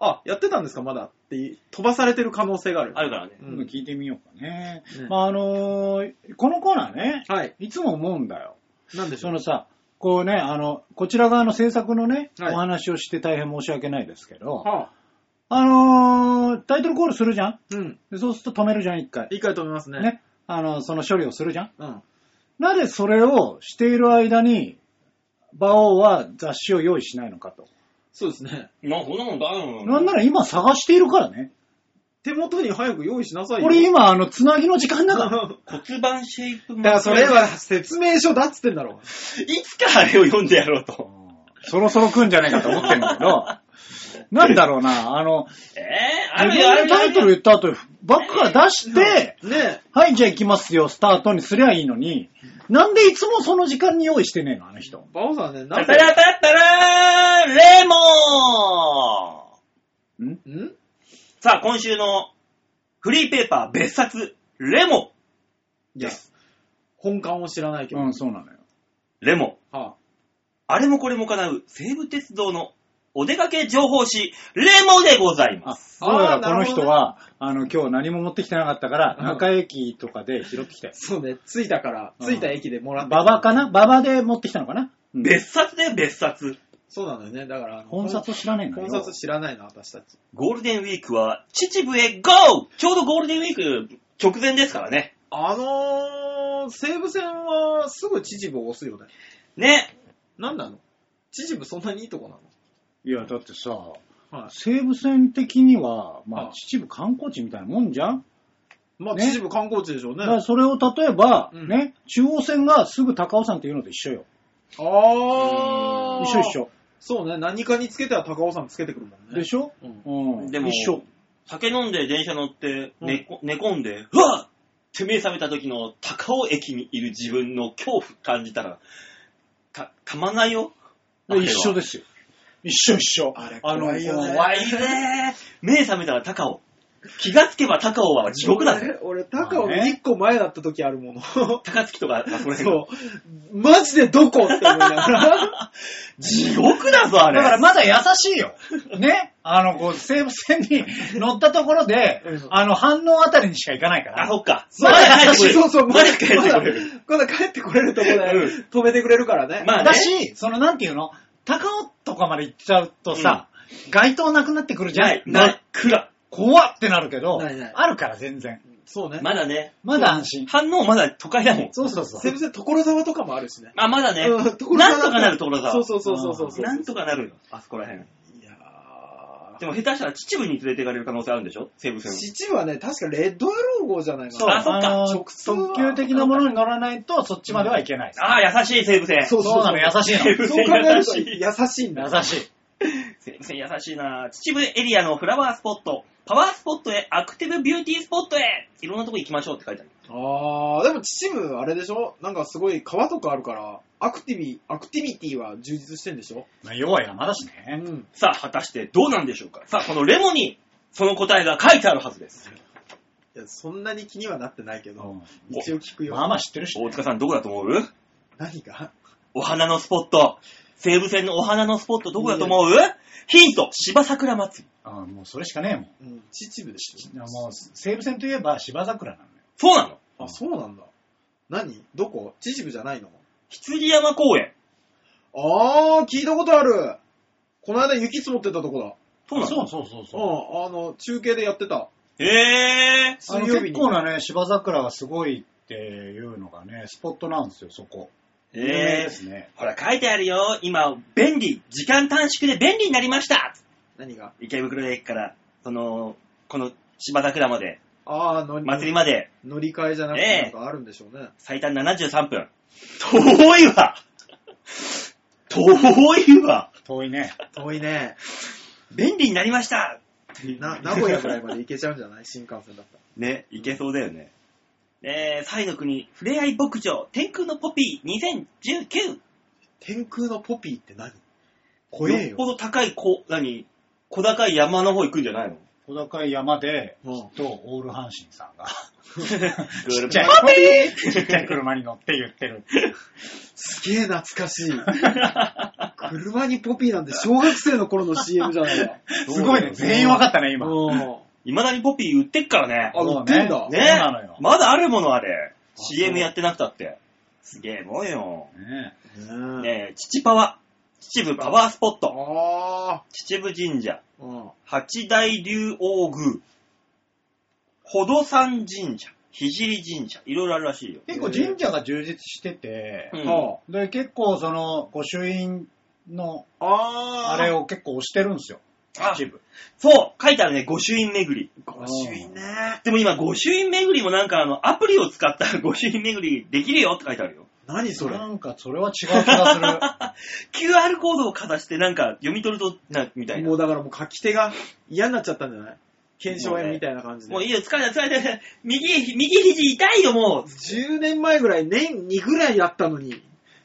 あ、やってたんですかまだって飛ばされてる可能性がある。あるからね。う今度ん聞いてみようかね。ねまあ、あのーこのコーナーね、はい。いつも思うんだよ。なんでしょそうのさ、こうね、あの、こちら側の制作のね、はいお話をして大変申し訳ないですけど、はあ、あのータイトルコールするじゃんうん。でそうすると止めるじゃん、一回。一回止めますね。ね。あの、その処理をするじゃんうん。なぜそれをしている間に、馬王は雑誌を用意しないのかと。そうですね。まあ、そんなもんだよ。なんなら今探しているからね。手元に早く用意しなさいよ。俺 今、あの、つなぎの時間だから。だ骨盤シェイプマからそれは説明書だっつってんだろ。いつかあれを読んでやろうと。 そろそろ来んじゃねえかと思ってんだけど、 なんだろうな、あの、えー、あ自るよ、あ分るのよ。タイトル言った後、バックから出して、ねはい、じゃあ行きますよ、スタートにすりゃいいのに、なんでいつもその時間に用意してねえの、あの人。バオさんね、なタんタラタタラーレモンんんさあ、今週のフリーペーパー別冊、レモいや、本館を知らないけど。うん、そうなのよ。ン。レモン。はあれもこれも叶う西武鉄道のお出かけ情報誌、レモンでございまあ、す。そうだこあーなのるほどね人は、あの、今日何も持ってきてなかったから、うん中駅とかで拾ってきたよ。そうね、着いたから、うん着いた駅でもらって。ババかなババで持ってきたのかなうん別冊で別冊。そうなのよね。だから、あの本札を知らねえのよ本札知らないの、私たち。ゴールデンウィークは秩父へ GO! ちょうどゴールデンウィーク直前ですからね。あのー、西武線はすぐ秩父を押すよね。ね。なんなの秩父そんなにいいとこないや、だってさ、のはい。西武線的には、まうあ、ん秩父観光地みたいなもんじゃん、まあ、ね秩父観光地でしょうね。だからそれを例えば、うんね、中央線がすぐ高尾山っていうのと一緒よ。あー。一緒一。緒。そうね、何かにつけては高尾山つけてくるもんね。でしょうんうん。でも一緒。酒飲んで電車乗ってうん寝こ、寝込んで、うわっって目覚めた時の高尾駅にいる自分の恐怖感じたら、か、噛まないよ。で一緒でですよ。一緒一緒。あれの、怖いよねこ怖いね目覚めたら高尾。気がつけば高尾は地獄だぜ。俺、俺高尾1個前だった時あるもの。 高槻とか、あそれそう。マジでどこって思いながら。地獄だぞ、あうれ。だからまだ優しいよ。ね。あの、こう、西武線に乗ったところでうん、あの、反応あたりにしか行かないかあ、ら。そっか。そうまだ帰ってくれるそうそう、まだ帰ってくれる。まだまだ帰ってこれるとこだうよ。止めてくれるからね。まあねだし、その、なんていうの高尾とかまで行っちゃうとさ、街灯なくなってくるじゃん。ない、真っ暗。怖ってなるけど、ないないあるから全然。そうね。まだね。まだ安心。反応まだ都会だもん。そうそうそう西武線所沢とかもあるしね。あ、まだね。うん所沢なんとかなる所沢。そうそうそうそうそうそう。なんとかなるよ。あそこら辺。いやーでも下手したら秩父に連れていかれる可能性あるんでしょ西武線。秩父はね、確かレッドエロー号じゃないかそうな。あっかの直通は特急的なものに乗らないと、そっちまでは行けない。ああ、優しい西武線。そうそうなの、優しい西の。武そう線考え優るとしい。 優しいんだ。優しい。西武線優しいな秩父エリアのフラワースポット、パワースポットへ、アクティブビューティースポットへ、いろんなとこ行きましょうって書いてある。あー、でも秩父あれでしょなんかすごい川とかあるから、アクティビ、アクティビティは充実してんでしょまあ、弱い山だしうね。ん。さあ、果たしてどうなんでしょうか。さあ、このレモに、その答えが書いてあるはずです。いや、そんなに気にはなってないけど、うん一応聞くよ。まあまあ知ってるし、大塚さん、どこだと思う何がお花のスポット。西武線のお花のスポット、どこだと思うヒント、芝桜祭り。あもうそれしかねえもん。うん、秩父でしょ。もう西武線といえば芝桜なのよ。そうなのあ、そうなんだ。何どこ秩父じゃないの羊山公園。あー、聞いたことある。この間雪積もってたとこだ。そうなのそうそうそううん、あの、中継でやってた。へえ。あの水曜日結に構なね、芝桜がすごいっていうのがね、スポットなんですよ、そこ。ー。有名えですね。ほら、書いてあるよ。今、便利。時間短縮で便利になりました。何が池袋駅から、その、この芝桜まで、あー、乗り祭りまで、乗り換えじゃなくえてえなんかあるんでしょうね。最短73分。遠いわ遠いわ遠いね。遠いね。 便利になりましたな、名古屋ぐらいまで行けちゃうんじゃない新幹線だったら。ね、いけそうだよね。えー、サイの国、ふれあい牧場、天空のポピー2019。天空のポピーって何怖えよっよぽ。ど高い、こ、何小高い山の方行くんじゃないの小高い山で、うんと、オール阪神さん が、ちちっちゃい、ポピちっちゃい車に乗って言ってる。すげえ懐かしい。車にポピーなんて小学生の頃の CM じゃないか。 すごいね、全員分かったね、今。うん。ー未だにポピー売ってっからね。あ売ってんだそうねねそうなのよ。まだあるものあれ。そう CM やってなくたって。すげえもんよ。ねねえねえ、父パワ。秩父パワースポット。あ秩父神社。ー。うん。八大竜王宮。ほど山神社。聖神社。いろいろあるらしいよ。結構神社が充実してて、うんあで、結構その、御朱印のあー。あれを結構押してるんですよ。一部。そう書いてあるね、御朱印巡り。ご朱印ね。でも今、御朱印巡りもなんかあの、アプリを使 った御朱印巡りできるよって書いてあるよ。何それなんかそれは違う気が QR コードをかざしてなんか読み取ると、な、みたいな。ももうだからもう書き手が嫌になっちゃったんじゃない検証炎みたいな感じで。ういいよ、疲れた疲れた。右、右肘痛いよ、もう。 10年前ぐらい、年2ぐらいやったのに。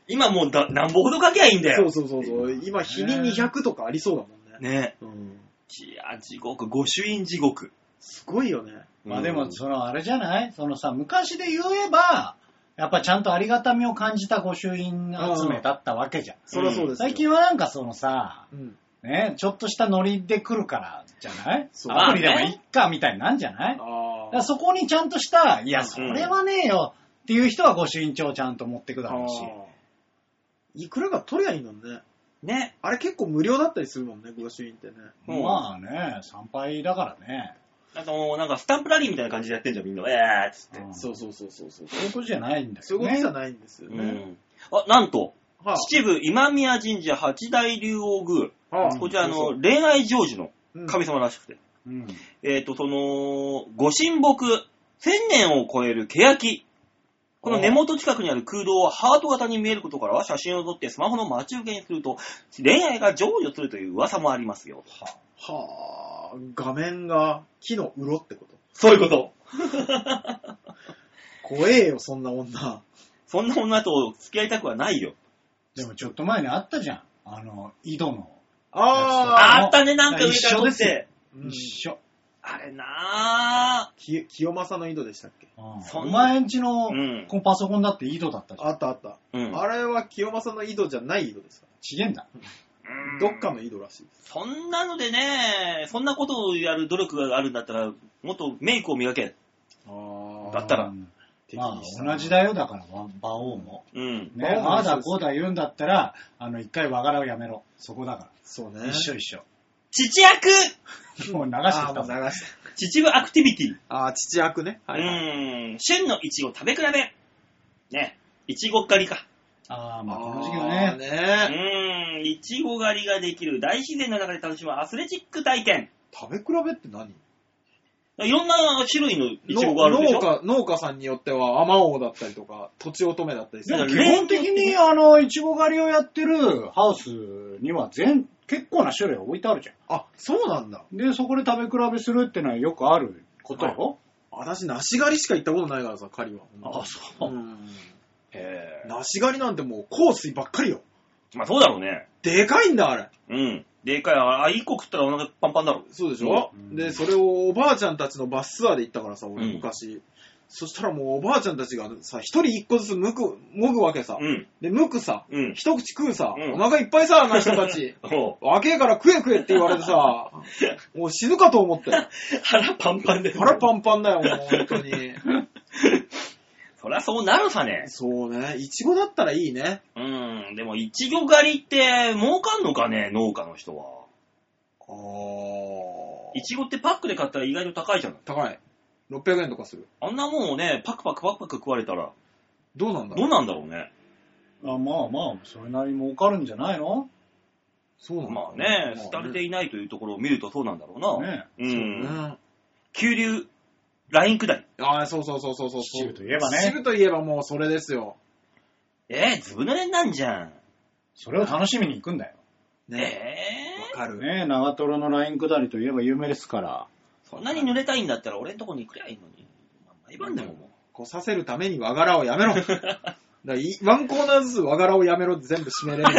今もうだ、なんぼほど書きゃいいんだそよう。そうそうそう。今、日に200とかありそうだもんね。ね。うん。いや、地獄、御朱印地獄。すごいよね。まあでも、そのあれじゃないそのさ、昔で言えば、やっぱちゃんとありがたみを感じた御朱印集めだったわけじゃん。そりゃそうですよ。最近はなんかそのさ、うん。ね、ちょっとしたノリで来るからじゃないそうアプリでもいっかみたいになんじゃないだかあらそこにちゃんとした、いや、それはねえよっていう人は御朱印帳をちゃんと持ってくだろうし。いくらか取りゃいいのにね。ね。あれ結構無料だったりするもんね、御朱印ってね。うんまあね、参拝だからね。なんかもう、なんかスタンプラリーみたいな感じでやってんじゃん、みんな。えーっつって。うんそうそうそうそうそう。そういうことじゃないんだそうよいうことねじゃ。ないんですようね。ん。あ、なんと、は秩父今宮神社八大竜王宮。あ、はあ、こちらあのそう、恋愛成就のそう、神様らしくて。うんえっ、と、その、ご神木、千年を超える欅。この根元近くにある空洞はハート型に見えることからは写真を撮ってスマホの待ち受けにすると恋愛が成就するという噂もありますよ。うんはあ、画面が木のうろってこと。そういうこと。怖えよ、そんな女。そんな女と付き合いたくはないよ。でもちょっと前にあったじゃん。あの、井戸の。ああ、あったね、なんか上から撮一っ緒でて。うん一緒。あれなぁ。き清正の井戸でしたっけうんそおんな前んちのうんこのパソコンだって井戸だったじゃん。あったあった。うんあれは清正の井戸じゃない井戸ですかちげんだ。ら。どっかの井戸らしいです。そんなのでね、そんなことをやる努力があるんだったら、もっとメイクを磨け。あだったらうん敵まにしたあ同じだよ、だから、わ馬王も。うん。ね、馬王もああ一緒だですこうだ言うんだったら、あの、一回和柄をやめろ。そこだかそうら。ね。一緒一緒。父悪もう流してあきーもたうもん。流して。秩父アクティビティ。ああ、父役ね。はいはい。うん。旬のイチゴ食べ比べ。ね。いちご狩りか。ああ、まあこの時期はあーね。うね。ん。いちご狩りができる大自然の中で楽しむアスレチック体験。食べ比べって何いろんな種類のいちごがあるでし農ょ家、農家さんによっては、アマオだったりとか、土地乙女だったりすでる。もだ基から本的に、あの、いちご狩りをやってるハウスには全、結構な種類が置いてあるじゃん。あ、そうなんだ。で、そこで食べ比べするってのはよくあることよ。私、梨狩りしか行ったことないからさ、狩りは。あ、そう。うん。へー梨狩りなんてもう、香水ばっかりよ。まあそうだろうね。でかいんだ、あれ。うん。でかい。あ、1個食ったらお腹パンパンだろ。そうでしょ、うんで、それをおばあちゃんたちのバスツアーで行ったからさ、俺うん昔。そしたらもうおばあちゃんたちがさ、一人一個ずつむく、もぐわけさ。うん。で、むくさ。うん。 一口食うさ。うんお腹いっぱいさ、あの人た ち。おう若えから食え食えって言われて さ、もう死ぬかと思って。腹パンパンで。腹パンパンだ よ、もう本当に。そりゃそうなるさね。そうね。いちごだったらいいね。うん、でも、いちご狩りって、儲かんのかね、農家の人は。あいちごってパックで買ったら意外と高いじゃない。高い。600円とかする。あんなもんをね、パクパクパクパク食われたら、どうなんだどうろうなんだろうね。あまあまあ、それなりに儲かるんじゃないのそうなんだ。まあね、ま廃れていないというところを見るとそうなんだろうな。ねう。うんん。急流、ライン下り。ああ、そうそうそうそうそう。秩父といえばね秩父といえばもうそれですよ。えー、ずぶ濡れになんじゃん。それを楽しみに行くんだよ。ねねわえ。かる。ねえ、長瀞のライン下りといえば有名ですから。そんなに濡れたいんだったら俺んとこに行くりゃいいのに。まあ毎晩でももこうさせるために和柄をやめろ。だからいワンコーナーずつ和柄をやめろって全部締めれる。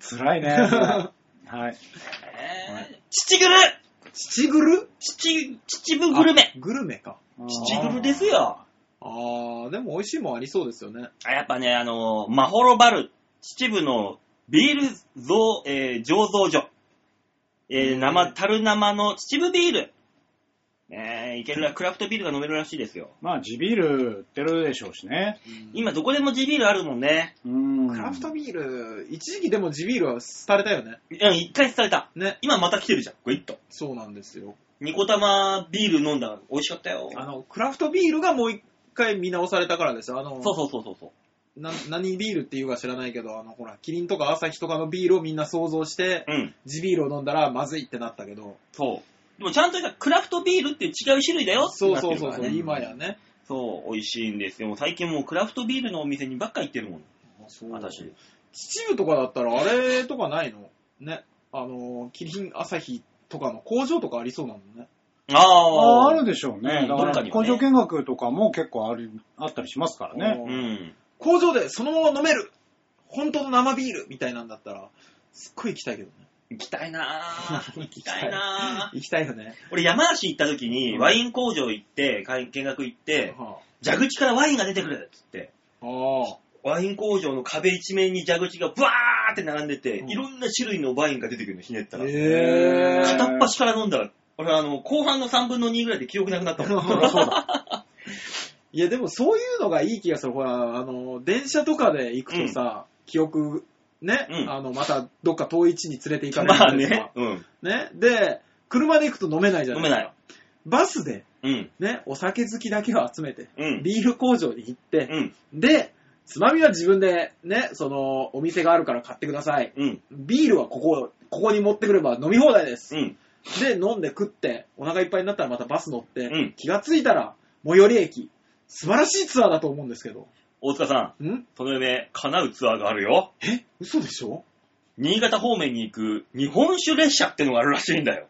辛いね。はい。う。ねえ。父ぐる秩グル父、秩父グルメ。あグルメか。父グルですよ。あー、でも美味しいもんありそうですよね。あやっぱね、あのー、マホロバル、秩父のビール造、えー醸造所。えー、生、樽生の秩父ビール。えー、いけるら、クラフトビールが飲めるらしいですよ。まあ、地ビール売ってるでしょうしね。今どこでも地ビールあるもんね。うん。クラフトビール、一時期でも地ビールは廃れたよね。うん、一回伝えた。ね。今また来てるじゃん、グイッと。そうなんですよ。ニコ玉ビール飲んだら美味しかったよ。あの、クラフトビールがもう一回見直されたからですよ。あの、そうそうそうそうそう。な、何ビールっていうか知らないけど、あの、ほら、キリンとか朝日とかのビールをみんな想像して、うん。地ビールを飲んだらまずいってなったけど、そう。でもちゃんとしたクラフトビールっていう違う種類だよってそなうってそうるかそうらそう、ね今やね。そう、美味しいんですよ。最近もうクラフトビールのお店にばっか行ってるもん、私。。秩父とかだったらあれとかないのね。あの、キリン朝日とかの工場とかありそうなのね。ああああるでしょうね。うだんどっか、からには工ね場見学とかも結構あるあったりしますからね。うん。工場でそのまま飲める本当の生ビールみたいなんだったら、すっごい行きたいけどね。行きたいな ぁ。 行きたいなぁ。行きたいよね。俺山梨行った時にうんワイン工場行って、かい見学行って、は蛇口からワインが出てくるっつって、あ、あワイン工場の壁一面に蛇口がブワーって並んでて、うんいろんな種類のワインが出てくるの、ひねったらあ。。へーえ。片っ端から飲んだら、俺あの、後半の3分の2ぐらいで記憶なくなったもん。 そりゃそう いや、でもそういうのがいい気がする。ほら、あの、電車とかで行くとさ、記憶、ね、うんあの、またどっか遠い地に連れて行かないじまゃあないですかね。。うん。ね。で、車で行くと飲めないじゃ飲ないめですか。ない。バスで、うん。ね、お酒好きだけを集めて、うん。ビール工場に行って、うん。で、つまみは自分で、ね、その、お店があるから買ってください。うん。ビールはここ、ここに持ってくれば飲み放題です。うん。で、飲んで食って、お腹いっぱいになったらまたバス乗って、うん気がついたら、最寄り駅。素晴らしいツアーだと思うんですけど。大塚さん、んその夢、叶うツアーがあるよ。え嘘でしょ新潟方面に行く日本酒列車ってのがあるらしいんだよ。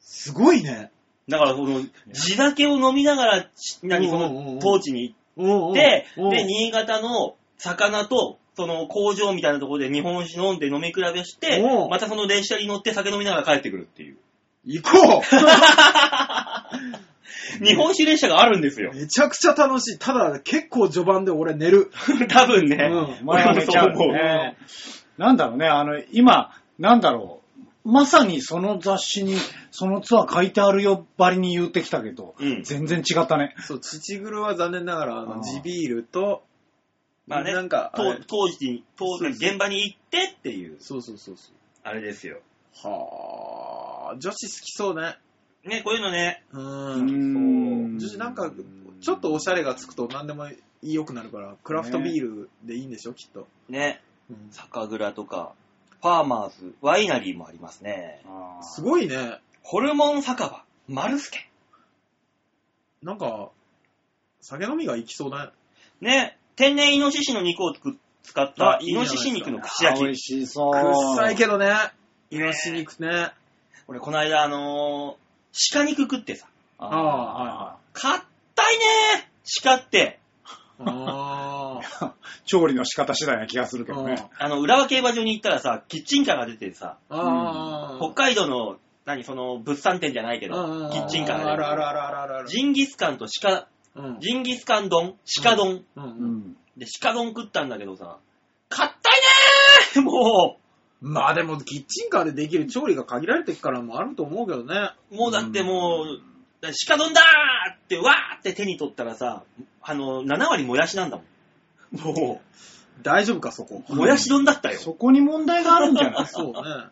すごいね。だから、その、地酒を飲みながら、ち何、そうんうんうの、ん当地にうん行うんって、うんで、新潟の魚と、その工場みたいなところで日本酒飲んで飲み比べしてう、んまたその電車に乗って酒飲みながら帰ってくるっていう。行こ日本酒列車があるんですよう。めちゃくちゃ楽しい。ただ、結構序盤で俺寝る。多分ね。うん前は俺めもちそゃうう思う。ね。なんだろうね、あの、今、なんだろう。まさにその雑誌に、そのツアー書いてあるよばりに言ってきたけど、うん全然違ったね。そう、土黒は残念ながら、ああーの、地ビールと、まあね、なんか、あ当れ当時に、当時、現場に行ってっていう、そうそうそうそあれですよ。う。はあ、女子好きそうね。ね、こういうのね、う。うん女子なんか、ちょっとおしゃれがつくと何でも良くなるから、クラフトビールでいいんでしょ、きっと。ね、うん酒蔵とか、ファーマーズ、ワイナリーもありますね。あーすごいね。ホルモン酒場、丸助。なんか、酒飲みが行きそうだね。ね、天然イノシシの肉をつく使ったあ、いいイじノゃないでシすかシ肉の串あー美焼き。味しそう。臭いけどね。イねノシ肉ね。俺、この間、あのー鹿肉食ってさ、あああはいは硬いねー鹿って。あ調理の仕方次第な気がする けーどね。あの、浦和競馬場に行ったらさ、キッチンカーが出てさ、あー。北海道の、何、その、物産展じゃないけど、うんキッチンカーが出てあるあるあるあるあるある。ジンギスカンと鹿、うんジンギスカン丼、鹿丼、ううんうんん。で、鹿丼食ったんだけどさ、硬いねーもまあでも、キッチンカーでできる調理が限られてるからもあると思うけどね。う、もうだってもう、だ鹿丼だーってわーって手に取ったらさ、あの、7割もやしなんだもん。も大丈夫か、そこ。う、もやし丼だったよ。そこに問題があるんじゃないそうね。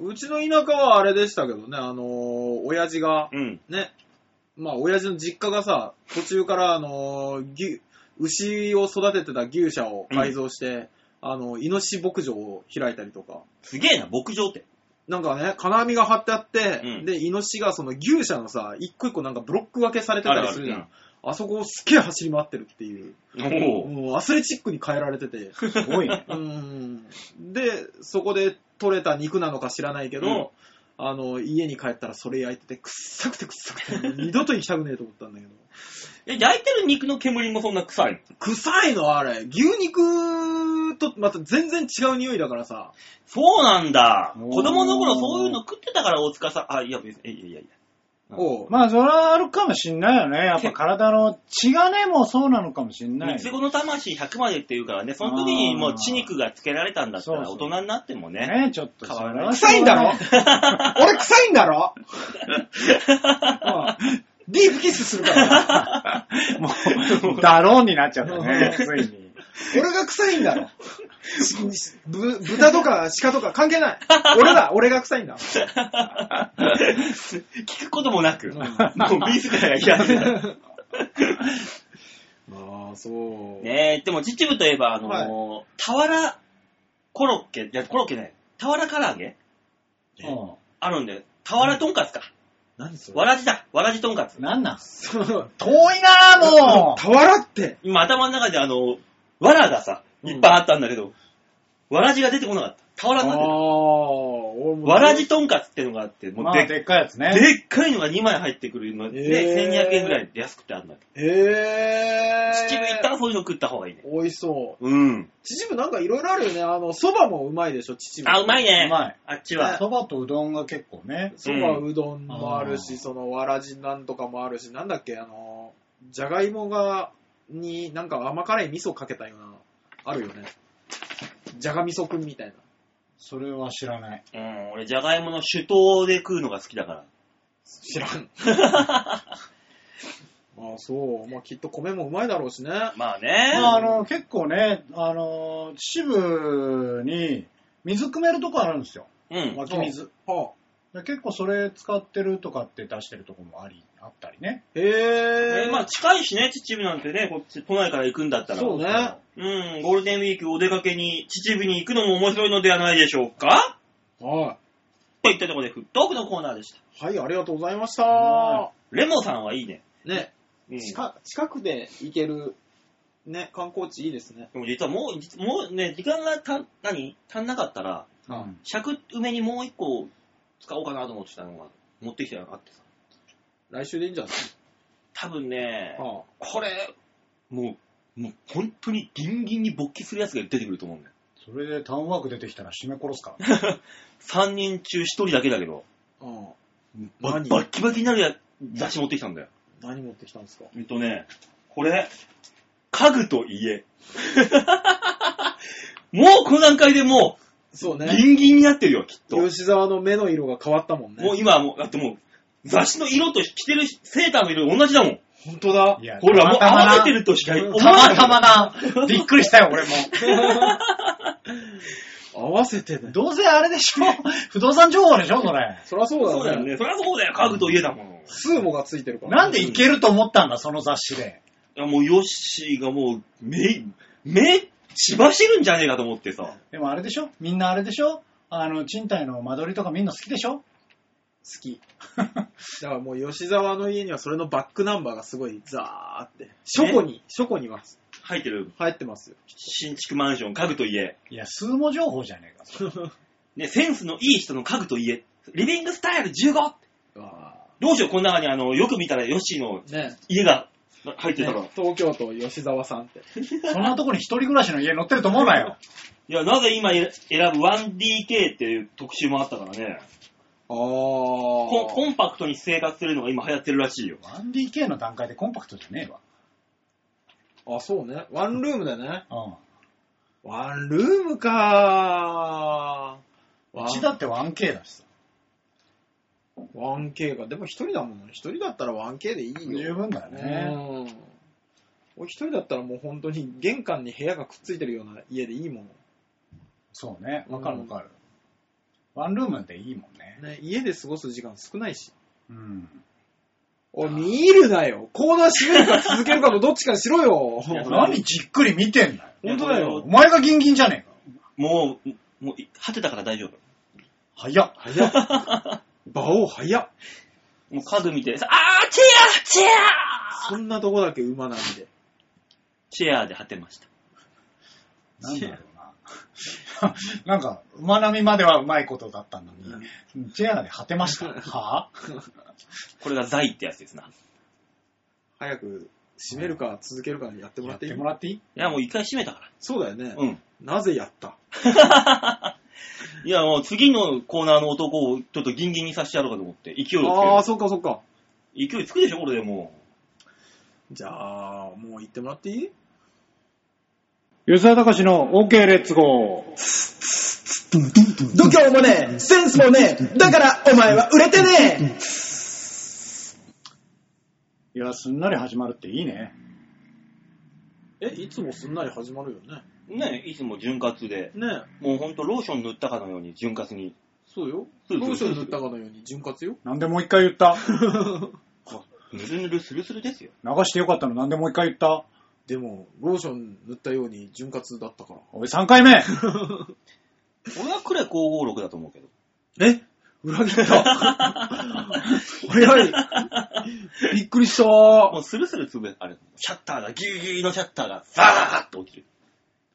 うちの田舎はあれでしたけどね、あのー親父が、うん。ね、まあ、親父の実家がさ、途中から、あのー牛、牛を育ててた牛舎を改造して、あの、イノシシ牧場を開いたりとか、すげえな、牧場って。なんかね、金網が張ってあって、うんで、イノシシがその牛舎のさ、一個一個なんかブロック分けされてたりするじゃん。ああるそこをすっげえ走り回ってるっていう。ももうアスレチックに変えられてて。すごいね。うん。で、そこで取れた肉なのか知らないけど、あの、家に帰ったらそれ焼いてて、くっさくてくっさくて、二度と行きたくねえと思ったんだけど。え、焼いてる肉の煙もそんな臭いの臭いのあれ。牛肉とまた全然違う匂いだからさ。そうなんだ。おー子供の頃そういうの食ってたから大塚さん。あ、いや、別に、いやいやいや。お うまあ、それはあるかもしんないよね。やっぱ体の血がね、もうそうなのかもしんない。 三つ子の魂100までっていうからね、その時にもう血肉がつけられたんだったらそ大うそう人になってもね。ね、ちょっと。変わらない臭いんだ ろ俺臭いんだろうんディープキスするから。もう、だろうになっちゃった ね、ついに。俺が臭いんだろ。 ぶ豚とか鹿とか関係ない。 俺だ、俺が臭いんだ。 聞くこともなく、ん もう自らが開いてた。ああ、そう。ねえ、でも秩父といえば、あのは俵コロッケ、いや、コロッケね、俵唐揚げえうあるんで、俵とんかつか。何それわらじだ、わらじとんかつん。。なんなんその、遠いなぁ、もたわらって。今頭の中であの、わらがさ、いっぱいあったんだけど、わらじが出てこなかった。俵あが出てこなかった俺もわらじとんかつってのがあっ て、う。もうまあ、で,、でっかいやつね。でっかいのが2枚入ってくるので、へー1200円ぐらいで安くてあんだけど。へえー。秩父行ったらそういうの食った方がいいね。美味しそう。うん。秩父なんかいろいろあるよね。あの、蕎麦もうまいでしょ、秩父。あ、うまいね。うまいあっちは。そばとうどんが結構ね。蕎麦うどんもあるうし、んその、わらじなんとかもあるし、なんだっけ、あの、じゃがいもが、になんか甘辛い味噌かけたような、あるよね。じゃが味噌くんみたいな。それは知らない。うん、俺、じゃがいもの酒盗で食うのが好きだから。知ら ん。ああ、そう。まあ、きっと米もうまいだろうしね。まあね。まあ、あの、結構ね、あの、秩父に水汲めるとこあるんですよ。うん。湧き水。はあ。で結構それ使ってるとかって出してるとこもあり、あったりね。へええーまあ、近いしね、秩父なんてね、こっち、都内から行くんだったら。そうね。うん、ゴールデンウィークお出かけに、秩父に行くのも面白いのではないでしょうかはといったところで、フットオークのコーナーでした。い。はい、ありがとうございました。はレモさんはいいね。ね、うん。近近くで行ける、ね、観光地いいですね。でも実はもう、実もうね、時間がた、何足んなかったら、うん尺埋めにもう一個使おうかなと思ってたのが、持ってきたのがあってさ。来週でいいんじゃない多分ね、はこれ、もう、もう本当にギンギンに勃起するやつが出てくると思うんだよ。それでタウンワーク出てきたら締め殺 すから。 3人中1人だけだけど、あ。うんバ何バッキバキになるや雑誌持ってきたんだよ。何持ってきたんですかえっとね、これ、家具と家。 もうこの段階でもそうう、ね。ギンギンになってるよ、きっと。吉沢の目の色が変わったもんね。もう今はもう、だってもう、雑誌の色と着てるセーターの色同じだもん。本当だい。やほら、もうたまたま合なわせてるとしか思たわなまい。たまな。 びっくりしたよ、俺も。 合わせてね。どうせあれでしょ不動産情報でしょそれ。そりゃそうだそうだよね。ね。そりゃそうだよ、家具と家だもん。いスーモがついてるから。なんでいけると思ったんだ、その雑誌で。や、もうヨッシーがもう、目、目、血走るんじゃねえかと思ってさ。でもあれでしょみんなあれでしょあの、賃貸の間取りとかみんな好きでしょ好き。だからもう吉沢の家にはそれのバックナンバーがすごいザーって。書庫に、書庫には入ってる入ってますよ。新築マンション、家具と家。いや、数も情報じゃねえか。ね、センスのいい人の家具と家。リビングスタイル 15! あどうしよう、この中にあの、よく見たらヨッシーのーね家が入ってたから。ね東京都吉沢さんって。そんなとこに一人暮らしの家乗ってると思うなよ。いや、なぜ今選ぶ 1DK っていう特集もあったからね。あコンコー。ンパクトに生活するのが今流行ってるらしいよ。 1DK の段階でコンパクトじゃねえわ。あ、そうね。ワンルームだね。うワンルームかー。ん。ワうンちだって 1K だしさ。 1K が。でも一人だもん。一人だったら 1K でいいよ。十分だよね。うん。俺一人だったらもう本当に玄関に部屋がくっついてるような家でいいもそうね。わかるわかる。ワンルームでいいもんねん。。ね、家で過ごす時間少ないし。うん。おい、見るなよ。コーナー閉めるか続けるかのどっちかにしろよ。やそれ何じっくり見てんだよ。本当だよお前がギンギンじゃねえか。もう、もう、果てたから大丈夫。早っ。早っ。馬王早っ。もう家具見て、あー、チェアそんなとこだけ馬なんで。チェアチェアで果てました。なんだろうな。なんか、馬並みまではうまいことだったのに、チェアで果てました。はぁこれが財ってやつですな。早く閉めるか続けるかやってもやらっっていいてもらっていいいや、もう一回閉めたかそうだよねら。。うん。なぜやったいや、もう次のコーナーの男をちょっとギンギンにさせてやろうかと思って。勢いをつけあよあ、そっかそっか。う勢いつくでしょ、これでもじゃあ、もう行ってもらっていい吉沢隆の OK レッツゴー。度胸もねえ、センスもねえ、だからお前は売れてねえ。いや、すんなり始まるっていいね。え、いつもすんなり始まるよね。う。ねいつも潤滑で。ねえ、もうほんとローション塗ったかのように潤滑に。そうよ。そロうそうーション塗ったかのように潤滑よ。なんでもう一回言った。ぬるぬるスルスルですよ。流してよかったのなんでもう一回言った。でも、ローション塗ったように潤滑だったか おい、3回 目俺はクレ556だと思うけど。ら。え裏切った。早い。びっくりしたもうスルスル潰れ、あれ、シャッターが、ギューギューのシャッターが、ザーッと落ちる。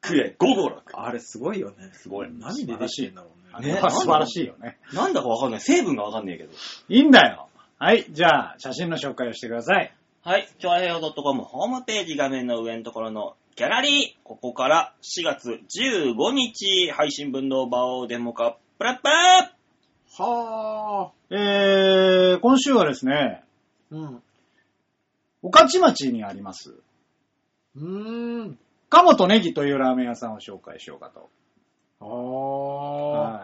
クレ556。あれすごいよね。すごい。何でできてんだろうね。ねね素晴らしいよね。なんだかわかんない。成分がわかんないけど。いいんだよ。はい、じゃあ、写真の紹介をしてください。はい。超平洋 .com ホームページ画面の上のところのギャラリー。ここから4月15日配信分の場をデモ化。プラップはえー、今週はですね、ぁ。うん。御徒町にあります、うーん。鴨とネギというラーメン屋さんを紹介しようかと。ははい。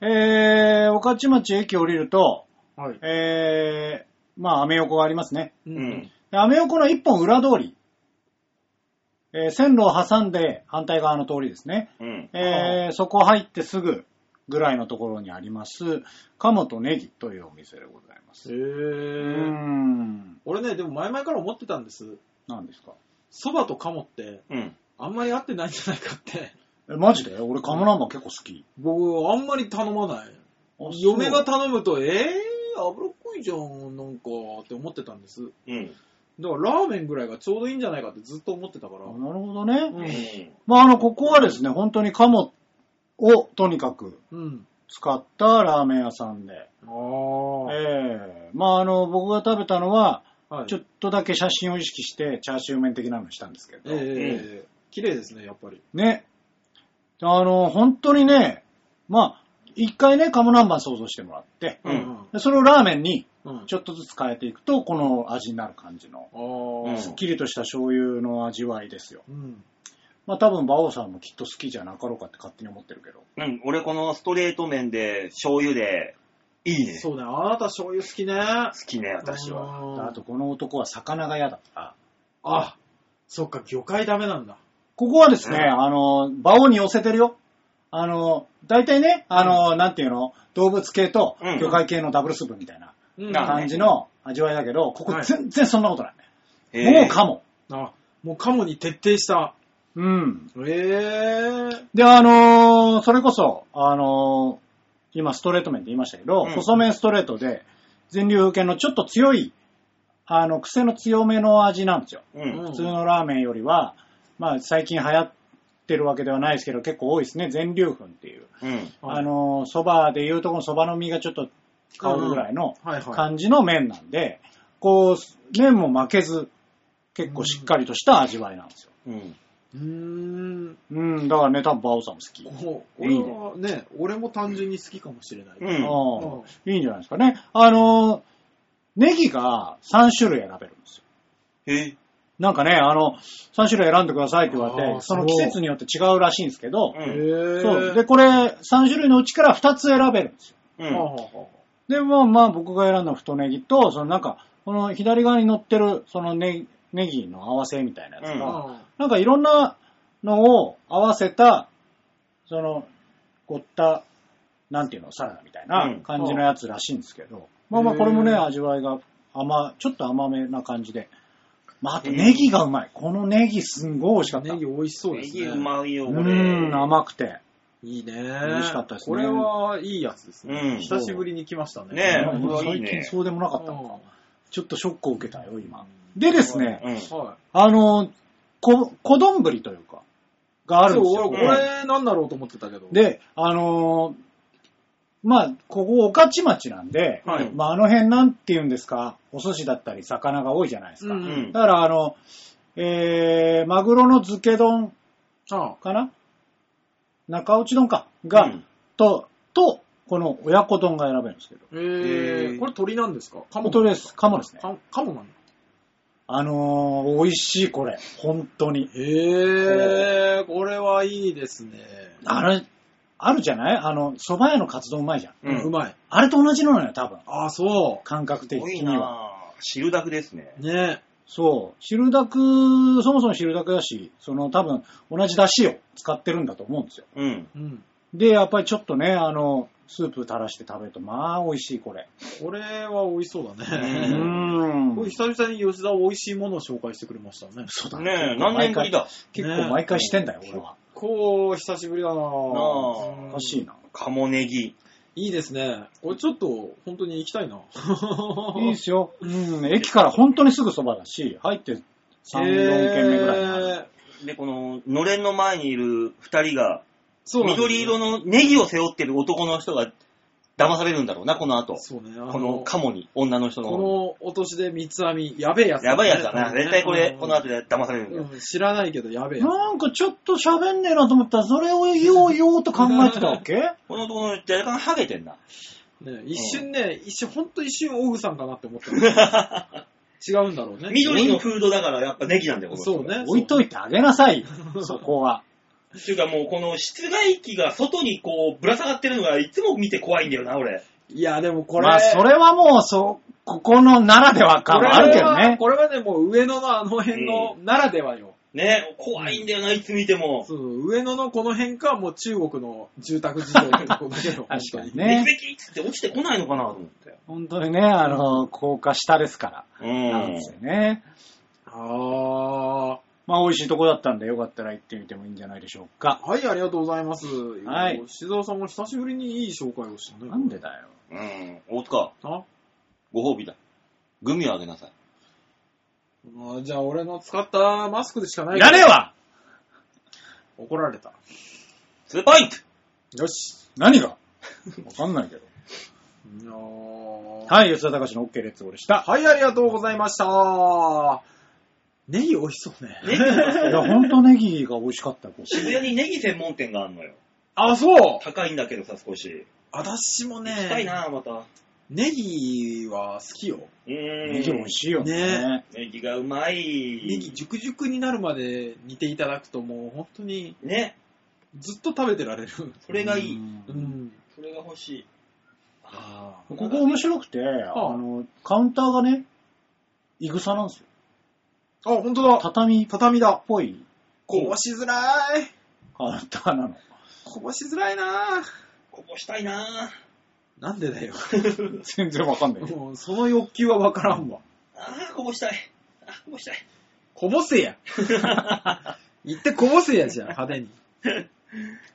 えー、御徒町駅降りると、ぁ。はい。えー、まあ、アメ横がありますね。うーうん。。でアメ横の一本裏通り、えー線路を挟んで反対側の通りですね。うん。えーそこ入ってすぐぐらいのところにあります、鴨とネギというお店でございまへす。うーぇー。ん。俺ね、でも前々から思ってたんです。何ですか蕎麦と鴨って、うん。あんまり合ってないんじゃないかって。え、マジで俺鴨南蛮結構好き。僕、あんまり頼まない。そう嫁が頼むと、えぇー、脂っこいじゃん、なんか、って思ってたんです。うん。だからラーメンぐらいがちょうどいいんじゃないかってずっと思ってたから。あなるほどね。ううんん。まあ、あの、ここはですね、本当に鴨をとにかくうん。使ったラーメン屋さんで。ああええまあ、あの、僕が食べたのは、はい。ちょっとだけ写真を意識して、チャーシュー麺的なのにしたんですけえど。えええ綺麗ですね、やっぱり。ね。あの、本当にね、まあ、一回ね、鴨南蛮想像してもらって、うんでそれをラーメンにうん。うん。ちょっとずつ変えていくと、この味になる感じの、ああ。すっきりとした醤油の味わいですよ。うん。まあ多分、馬王さんもきっと好きじゃなかろうかって勝手に思ってるけど。うん。俺このストレート麺で、醤油で、いいね。好そうね、あなた醤油好きね。きね、私は。はあと、この男は魚が嫌だった。あ、そっか、魚介ダメなんだ。ここはですね、あの、馬王に寄せてるよ。あの、大体ね、あの、なんていうの、動物系とうん魚介系のダブルスープみたいなうんな感じの味わいだけど、ここはい全然そんなことない。えもうかも。あ、もう鴨に徹底した。うん。ええで、あのーそれこそ、あのー今ストレート麺って言いましたけど、うん細麺ストレートで、全粒系のちょっと強い、あの、癖の強めの味なんですよ。うん。普通のラーメンよりは、まあ最近流行ってるわけではないですけど、結構多いですね。全粒粉っていう。うん。はいあのー、蕎麦でいうとこの蕎麦の実がちょっと香るぐらいのはいはい。感じの麺なんで、こう、麺も負けず、結構しっかりとした味わいなんですよ。うん。うーん。うん、だからね、多分バオさんも好き。こういい俺ねはね、俺も単純に好きかもしれない。う。うんんうんいいんじゃないですかね。あのー、ネギが3種類選べるんですよ。えなんかね、あの、3種類選んでくださいって言われあて、ーそのそう季節によって違うらしいんですけどう、へん。えそう。で、これ、3種類のうちから2つ選べるんですよ。うはあん。はあはあで、まあまあ僕が選んだ太ネギと、そのなんか、この左側に乗ってる、そのネギネギの合わせみたいなやつうんが、あなんかいろんなのを合わせた、その、ごった、なんていうの、サラダみたいな感じのやつらしいんですけど、まあまあこれもね、へー味わいが甘、ちょっと甘めな感じで。まああとネギがうまい。このネギすんごい美味しかあった。ネギ美味しそうネですギね。うまいよ、うこれ。ん、甘くて。いいね。美味しかったですねこれはいいやつですうんね。久しぶりに来ましたね。ねえまあこれはいい最ね近そうでもなかったのか。うちょっとショックを受けたよ、今。でですね、うん。んはい。あの、こ、小丼というか、があるんですそう、よ。俺んこれなんだろうと思ってたけど。、で、あのーまあ、ここ、御徒町なんで、はいまあ、あの辺なんて言うんですか、お寿司だったり魚が多いじゃないですか。ううんん。だから、あの、えー、マグロの漬け丼あかな中落ち丼かが、うんと、と、この親子丼が選べるんですけど。ええーー、これ鳥なんですかカモ。本当です。。カモですね。カカモなんだ。あのー美味しい、これ。本当に。へえ、これはいいですね。あれ、あるじゃないあの、蕎麦屋のカツ丼うまいじゃん。うん。うまい。あれと同じなのよ、多分。あ、そ感覚す的ごいには。なぁ。汁だくですね。う。ねそう。汁だく、そもそも汁だくだし、その多分同じだしを使ってるんだと思うんですよ。うん。うん。で、やっぱりちょっとね、あの、スープ垂らして食べると、まあ、美味しい、これ。これは美味しそうだうね。んこれ久々に吉田美味しいものを紹介してくれましたね。そうだねえ、何年ぶりだ。結構毎回してんだよ、俺は。こう、久しぶりだなあおかしいな。カモネギ。いいですね。これちょっと、本当に行きたいな。 いいですよ。うん、駅から本当にすぐそばだし、入って3、4軒目ぐらいにある。えーで、この、のれんの前にいる二人が、そうなんですね緑色のネギを背負ってる男の人が騙されるんだろうな、この後。そうね。あこのカモに、女の人の。このお年で三つ編み、やべえやつ、やばいやつだな。絶対これ、うんこの後で騙されるんだよ。うん知らないけど、やべえやつ。なんかちょっと喋んねえなと思ったら、それを言おう言おうと考えてたわけこの男の人若干ハゲてんな。ね、一瞬ね、一瞬、ほんと一瞬、オグさんかなって 思ったの。違うんだろうね。緑のフードだからやっぱネギなんだよ、この人そう。ね。置いといてあげなさいよ、そこは。っていうかもうこの室外機が外にこうぶら下がってるのがいつも見て怖いんだよな、俺。いや、でもこれ、まあ、それはもう、そう、ここのならではこ感れははあるけどね。これはね、もう上野のあの辺のならではよ。ね、怖いんだよな、いつ見ても。そう上野のこの辺か、もう中国の住宅事情ってとこだけど、確か本に当ビキね。ビキっつって落ちてこないのかなと思って。本当にね、あの、高架下ですから。うなんんですよね。あまあ、美味しいとこだったんで、よかったら行ってみてもいいんじゃないでしょうかー。。はい、ありがとうございます。はい静岡さんも久しぶりにいい紹介をしたね。なんでだよ。うん。大塚、あご褒美だ。グミをあげなさい。まあじゃあ俺の使ったマスクでしかないやれわ怒られた。スーパーイントよし。何がわかんない けど。ははい、吉田隆の OK レッツゴーでした。い、ありがとうございました。ネギ美味しそうね。ネギがいや、ほんとネギが美味しかった よ。ここ 渋谷にネギ専門店があるのよ。あ、そう高いんだけどさ、少し。私もね、高いな、また。うネギは好きよ。ーん。ネギ美味しいよね。ネギがうまい。ネギ、熟熟になるまで煮ていただくともう本当にね。ずっと食べてられる。それがいい。うい。ん。それが欲しい。あここ面白くて、あの、カウンターがね、イグサなんですよ。あ、本当だ。畳っ畳だ。ぽいこぼしづらい。カウンターなの。こぼしづらいなこぼしたいなぁ。なんでだよ。全然わかんないけ ど。もうその欲求はわからんわ。ああ、こぼしたい。あーこぼしたい。こぼせや。 言ってこぼせやじゃん、派手に。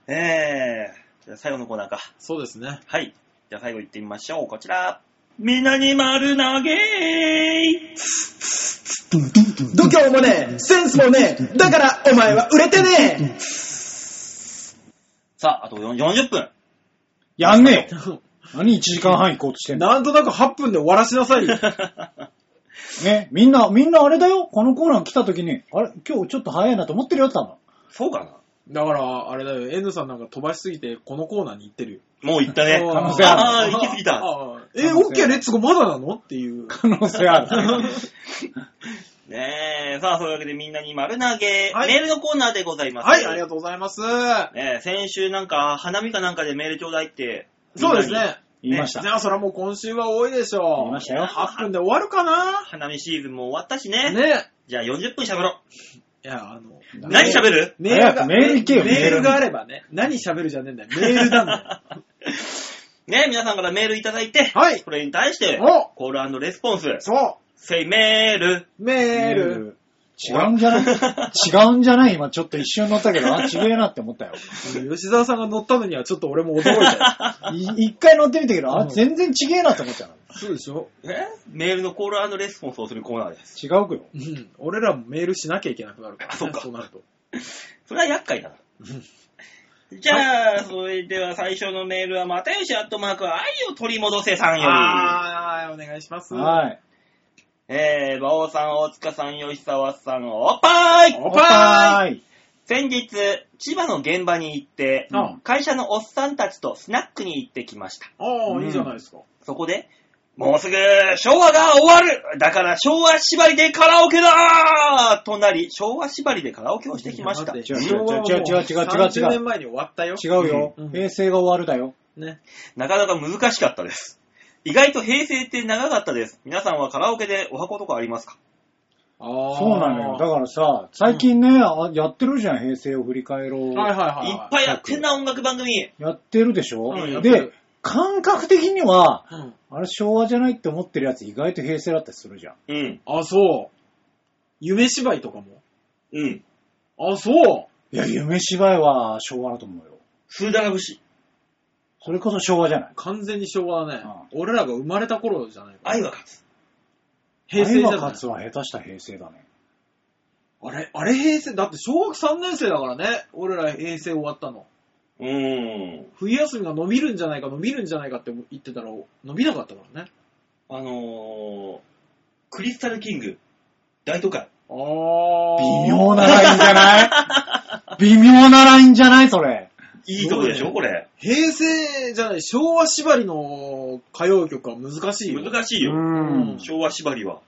ええじゃあ最後のコーナーか。そうですね。はい。じゃあ最後行ってみましょう。こちら。みんなに丸投げ度胸もねえ、センスもねえ、だからお前は売れてねさあ、あと4 40分。 やんねえよ 何1時間半行こうとしてんだ なんとなく8分で終わらしなさいよ。ね、みんな、みんなあれだよ。このコーナー来た時に、あれ、今日ちょっと早いなと思ってるよ、多分。そうかなだから、あれだよ、N さんなんか飛ばしすぎて、このコーナーに行ってるよ。もう行ったね。可能性あるああ、行き過ぎた。ああえ、OK、レッツゴーまだなのっていう。可能性あ る。ねえ。さあ、そういうわけでみんなに丸投げ、はいメールのコーナーでございます。はい、ありがとうございます。ねえ、先週なんか、花見かなんかでメールちょうだいって。そうですみんなに。ね。言いました。じゃあ、それはもう今週は多いでしょう。言いましたよ8分で終わるかな花見シーズンも終わったしね。ね。じゃあ40分喋ろいや、あの、う。何喋るメール早が、くメール行けよメメーールルがあればね、何喋るじゃねえんだよ。メールなんだねえ、皆さんからメールいただいてよ。、はい。これに対して、おコールレスポンス、 そセイメール。う、メール。違うんじゃない違うんじゃない今ちょっと一瞬乗ったけど、あ、違えなって思ったよ。吉沢さんが乗ったのにはちょっと俺も驚い たよ。い一回乗ってみたけど、あ、うん全然違えなって思ったよ。そうでしょえメールのコールレスポンスをするコーナーです。違うくよ。うん。俺らもメールしなきゃいけなくなるから、ね、あそうかなると。それは厄介だな。じゃあ、それでは最初のメールは、又吉アットマーク、愛を取り戻せさんより。あー、お願いします。はい。えー、馬王さん、大塚さん、吉沢さん、おっぱーいおっぱーい先日、千葉の現場に行って、あ会社のおっさんたちとスナックに行ってきました。あうー、んいいじゃないですか。そこで、もうすぐ昭和が終わるだから昭和縛りでカラオケだーとなり、昭和縛りでカラオケをしてきました。いや違う違う違う違う違う違う違う30年前に終わったよ。違うよ、うん平成が終わるだよ。ね。なかなか難しかったです。意外と平成って長かったです。皆さんはカラオケでお箱とかありますかあそうなのよ。だからさ、最近ね、あやってるじゃん、平成を振り返ろう。はいはいはいい。っぱいやってんな音楽番組。やってるでしょ、うんやってるで、感覚的には、うんあれ昭和じゃないって思ってるやつ意外と平成だったりするじゃん。うん。あ、そう。夢芝居とかも。うん。あ、そう。いや、夢芝居は昭和だと思うよ。スーダラ節。それこそ昭和じゃない。完全に昭和だね。俺らが生まれた頃じゃないか。愛は勝つ。平成じ愛ゃはない勝。つは下手した平成だね。あれ、あれ平成、だって小学3年生だからね。俺ら平成終わったの。うーん。冬休みが伸びるんじゃないか、伸びるんじゃないかって言ってたら、伸びなかったからね。あのー、クリスタルキング、大都会。あー。微妙なラインじゃない 微妙なラインじゃないそれ。いいとこでしょ、これ。平成じゃない、昭和縛りの歌謡曲は難しいよ。難しいうよ。ん。昭和縛りは。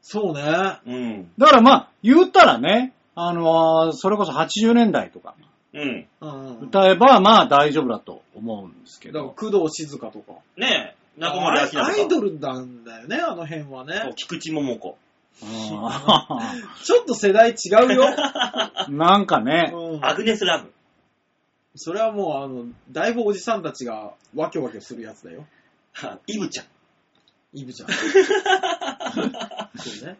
そうね。うん。だからまあ、言ったらね、あのーそれこそ80年代とかうん。うん。だか歌えばまあ大丈夫だと思うんですけら、ど。工藤静香とか。ねえ、中あ森明菜とか。アイドルなんだよね、あの辺そうはね。菊池桃子。うちょっと世代違 うよ。ん なんかね、うんアグネス・ラブ。 それはもう、あの、だいぶおじさんたちがワキョワキョするやつだよ。はイブちゃん。イブち ゃん。そうね。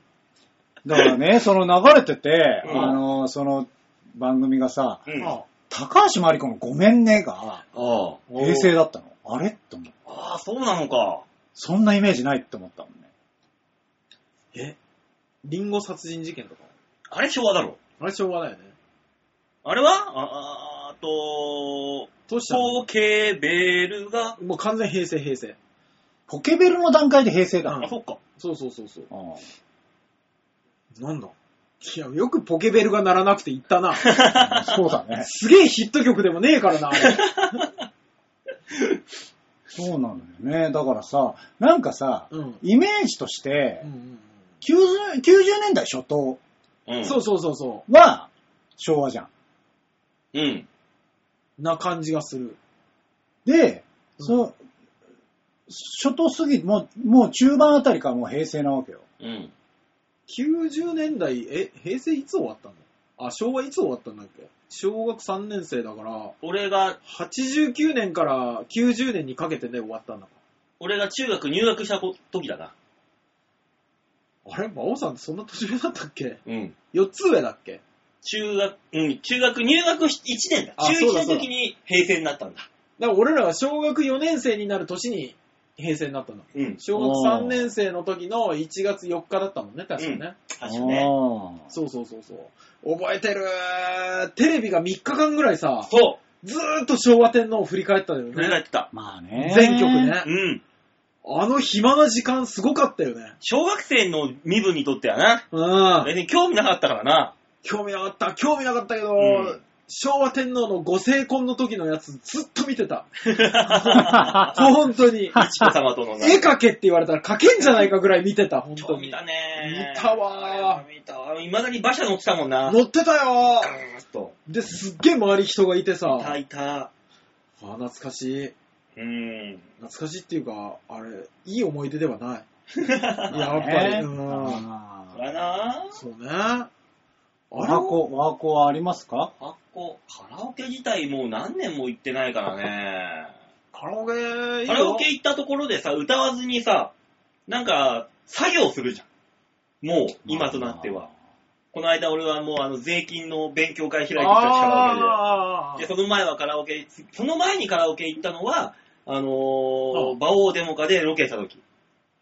だからね、その流れてて、うんあのーその番組がさ、うん。ああ高橋真理子のごめんねがあ。平成だったの。あれって思う。ああ、そうなのか。そんなイメージないって思ったもんね。えリンゴ殺人事件とか。あれ昭和だろ。あれ昭和だよね。あれはああーと、どうしたのポケベルが、もう完全平成平成。ポケベルの段階で平成だ。うんあ、そっか。そうそうそうそう。うんなんだいや、よくポケベルが鳴らなくて言 ったな。そうだね。すげえヒット曲でもねえからな、あれ。そうなんだよね。だからさ、なんかさ、うん。イメージとしうてんう、ん 90, 90年代初頭ううんん。そうそうそうそは昭和じゃん。うん。う。な感じがする。で、うんそう、初頭過ぎ、もう、もう中盤あたりからもう平成なわけよ。うん。 90年代、え、平成いつ終わったのあ、昭和いつ終わったんだっけ小学3年生だから、俺が、 89年から90年にかけてね、終わったんだか俺が中学入学した時だな。ら。あれ馬王さんってそんな年上だったっけうん。 ?4 つ上だっけ中学、うん、中学入学し1年だ。あ中そう1だのそうだ時に平成になったんだ。だから俺らは小学4年生になる年に平成になったんだ。うん。小学3年生の時の1月4日だったもんね、確かね。確かね。あーそうそうそうそう。覚えてるーテレビが3日間ぐらいさ、そう。ずーっと昭和天皇を振り返ったよ振り返ね。ってた。まあね。全曲ね。うん。あの暇な時間すごかったよね。小学生の身分にとってはな。うん。別に興味なかったからな。興味なかった、興味なかったけど、うん昭和天皇のご成婚の時のやつずっと見てた。 本当に。美智子様とのな。絵描けって言われたら描けんじゃないかぐらい見てた、本当超見に。たね見たわ見たわ。未だに馬車乗ってたもんな。乗ってたよガーッと。ーで、すっげえ周り人がいてさ、いたあいた。懐かしい。うん。 懐かしいっていうか、あれ、いい思い出ではない。やまあっぱねり、うん。あそーらなそうね。あワれーコ、ワーコはありますかあっこ、カラオケ自体もう何年も行ってないからね。カラオケいいよカラオケ行ったところでさ、歌わずにさ、なんか、作業するじゃん。もう、今となっては。。この間俺はもうあの、税金の勉強会開いてきたカラあオケで。ーで、その前はカラオケ、その前にカラオケ行ったのは、あのー、馬王デモカでロケした時。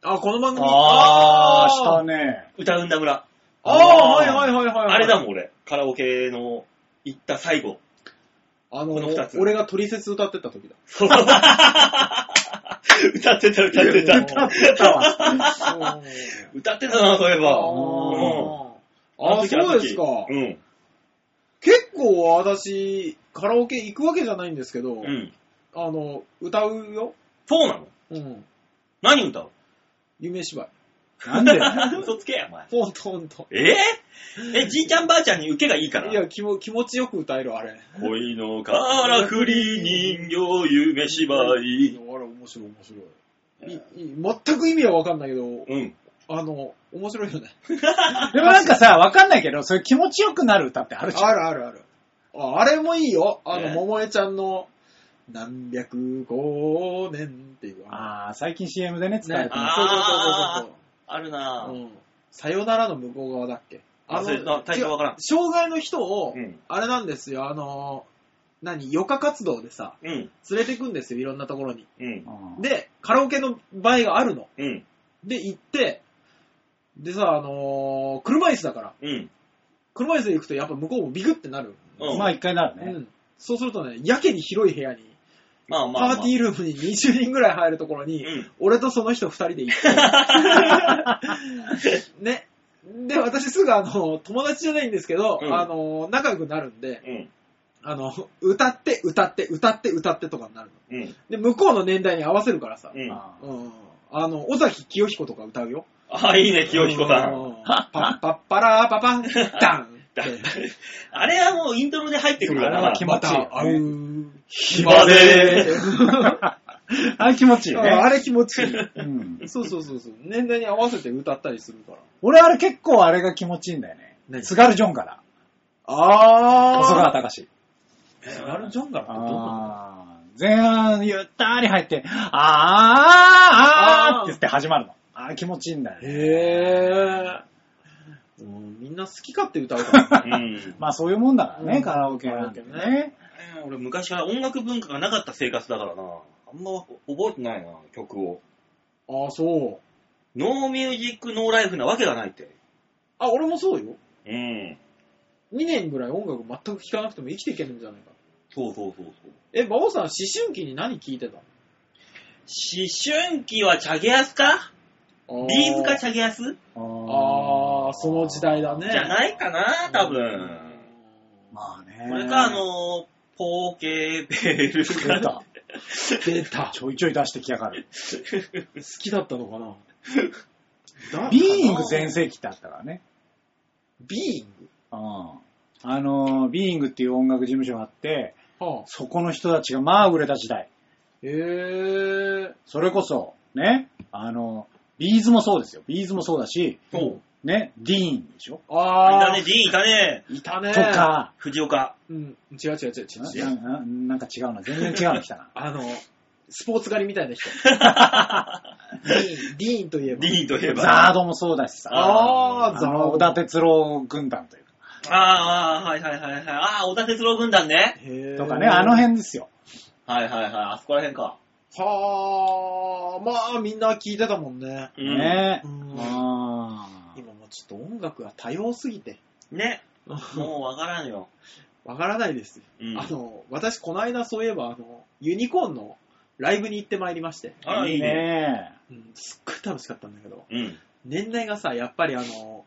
あ、この番組。あー、したあーね。歌うんだ村。あー、はいはいはいはい。あれだん。もん、俺。カラオケの行った最後。あこの二つの、俺がトリセツ歌ってた時だ。歌ってた、 歌ってた。歌ってた。歌ってたな、そういえば。あーあのー、時のそう時ですか。うん。結構私、カラオケ行くわけじゃないんですけどう、ん。あの、歌うよ。そうなのうん。何歌う夢芝居。なんで 嘘つけや、お前。ほんとほんと。えーえ、じいちゃんばあちゃんに受けがいいから。いや、気も気持ちよく歌える、あれ。恋のからくり人形夢芝いや居。あれ、面白い、面白い。いい全く意味はわかんないけど、うん。あの、面白いよね。でもなんかさ、わかんないけど、そういう気持ちよくなる歌ってあるじゃん。あるあるある。ああれもいいよ。あの、ね桃江ちゃんの、何百光年っていう。ああ、最近 CM でね、使われてまあす。ーそうそうそうそうそう。あるなぁ。うんさよならの向こう側だっけあ忘れたタイトルわからん違う障害の人を、うんあれなんですよ、あの、何、余暇活動でさ、うん、連れてくんですよ、いろんなところに。うん、うんで、カラオケの場合があるの。うん、で、行って、でさ、あのー車椅子だから、うん。車椅子で行くとやっぱ向こうもビクってなる。うんまあ一回なるうね。ん。そうするとね、やけに広い部屋に、まあまあ、まパあ。ーティールームに20人ぐらい入るところに、うん俺とその人2人で 行って。ね。で、私すぐあの、友達じゃないんですけど、うんあの、仲良くなるんで、うん、あの、歌って、歌って、歌って、歌ってとかになるの。うん、で、向こうの年代に合わせるからさ。うん。あーうん。あの、尾崎清彦とか歌うよ。ああ、いいね、清彦さ。うんん。パッパッパラーパパン、ダ ンだ あれはもうイントロで入ってくるかあれらはな気。持まちいいよねた会う。暇で あれ気持ちいい うんあね。れ気持ちいい。うんそうそうそうそう。年代に合わせて歌ったりするから。俺あれ結構あれが気持ちいいんだよね。何津軽ジョンから。あ細川隆史。スガルジョンガラってどんなあー前半ゆったり入って、あーあーあーって言って始まるの。あー気持ちいいんだよね。へぇー。もうみんな好き勝手歌うからうね。ん。まあそういうもんだからね、うんカラオケなんてカラオケね。えー俺昔から音楽文化がなかった生活だからな。あんまわ覚えてないな、曲を。ああ、そう。ノーミュージック、ノーライフなわけがないって。あ、俺もそうよ。うん。 2年ぐらい音楽全く聴かなくても生きていけるんじゃないか。そうそうそうそう。え、馬王さん、思春期に何聴いてた思春期はチャゲアスかのビーズかチゃャゲアスあーその時代だねじゃないかな、多分。まあね。これか、あの、ポーケーベル出が。た。出た。ちょいちょい出してきやがる。好きだったのか なビーイング全全盛期ってあったからね。ビーインうん。あのー、ビーイングっていう音楽事務所があって、グはあ。そこの人たちがまあ売れた時代。へぇー。それこそ、ね、あの、ビーズもそうですよ。ビーズもそうだし、そう。ね、ディーンでしょいあたあ、ね、ディーンいたね。いたね。と。か、藤 岡。うん、違うな違う違う違う違う。。ななんか違うな。全然違うの来たな あの、スポーツ狩りみたいな人。ディーン、ディーンといえば。ディーンといえば。ザードもそうだしさ。あー、あザの、小ー田哲郎軍団というか。ああ、はいはいはいはい。ああ、小田哲郎軍団ね。へーとかね、あの。辺ですよ。はいはいはい。あそこら辺か。はあ、まあみんな聞いてたもんね。うんね。うんあー今もうちょっと音楽が多様すぎて、ね。もうわからんよ。わからないです。うんあの、私この間そういえば、あの、ユニコーンのライブに行ってまいりまして、あら、いいね。うん、すっごい楽しかったんだけど、うん。年代がさ、やっぱりあの、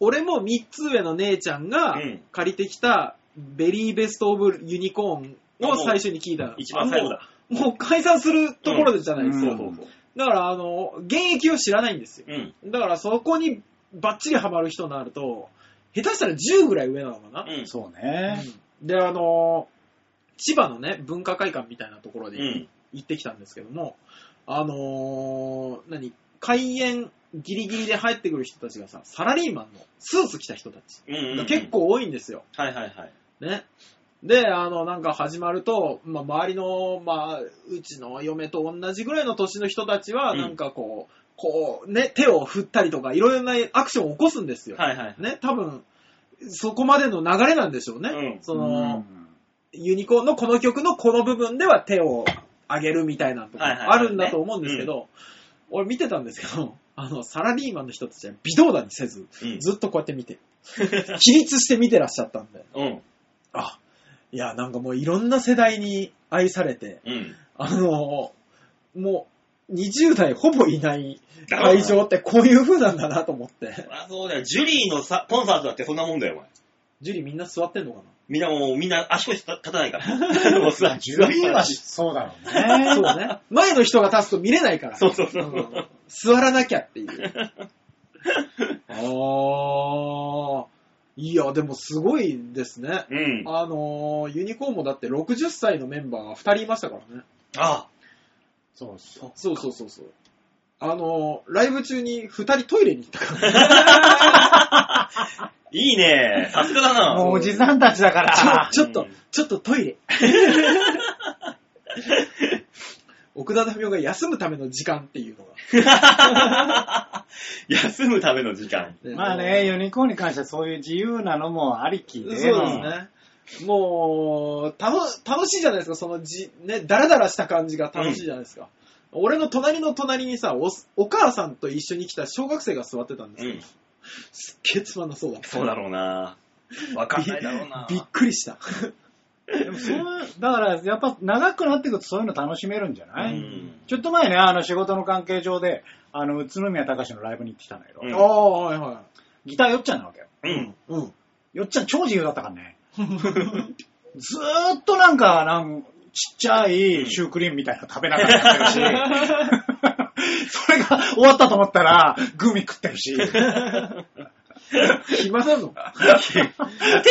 俺も3つ上の姉ちゃんがうん借りてきたベリーベストオブユニコーンを最初に聞いたの。一番最後だ。あ。もうもう解散するところじゃないですか。そうそうそう。だからあの、現役を知らないんですよ。うん。だからそこにバッチリハマる人になると、下手したら10ぐらい上なのかな。うん。そうね。うんで、あの、千葉のね、文化会館みたいなところうでん。行ってきたんですけども、あのー何、開園ギリギリで入ってくる人たちがさ、サラリーマンのスーツ着た人たちうんうんうがん。結。構多いんですよ。はいはいはい。ね。で、あの、なんか始まると、まあ、周りの、まあ、うちの嫁と同じぐらいの年の人たちは、うんなんかこう、こう、ね、手を振ったりとか、いろいろなアクションを起こすんですよ。はいはい。ね、多分、そこまでの流れなんでしょうね。うんそうんの、ユニコーンのこの曲のこの部分では手を上げるみたいなとはいはいか、はいあるんだと思うんですけど、俺見てたんですけど、あの、サラリーマンの人たちは微動だにせず、うん。ずっとこうやって見て、 起立して見てらっしゃったんで。うん。あ、いや、なんかもういろんな世代に愛されて、うん。あのもう、20代ほぼいない会場ってこういう風なんだなと思って。あ、そうだよ。ジュリーのさコンサートだってそんなもんだよ、お前。ジュリーみんな座ってんのかみんなもう、みんな足腰立たないから。 もうさ、ジュリーはそうだろうなね。そうね。前の人が立つと見れないから。そうそうそううん座らなきゃって いう。ああ。いや、でもすごいですね。うん。ああのユニコーンもだって60歳のメンバーが2人いましたからね。あ。そうそう。そうそうそうそう。あのー、ライブ中に二人トイレに行ったから。いいね。さすがだな。 もうおじさんたちだから。ちょちょっと、ちょっとトイレ。奥田民生が休むための時間っていうのが。休むための時間。まあね、ユニコーンに関してはそういう自由なのもありきそうで。ですね。もう、楽、楽しいじゃないですか、そのじ、ね、ダラダラした感じが楽しいじゃないですか。俺の隣の隣にさお、お母さんと一緒に来た小学生が座ってたんですうよ。ん。すっげえつまんなそうだった。そうだろうな。わかんないだろうな。びっくりした。でもそうだから、やっぱ長くなっていくとそういうの楽しめるんじゃない、うんちょっと前ね、あの仕事の関係上で、あの、宇都宮隆のライブに行ってきたんだけど、うんああ、はいはギターよっちゃんなわけよ。 うん。い。うん。よっちゃん超自由だったから ね。ずーっとなんか、なんちっちゃいシュークリームみたいなの食べながらやってる し、それが終わったと思ったら、グミ食ってるし、暇なの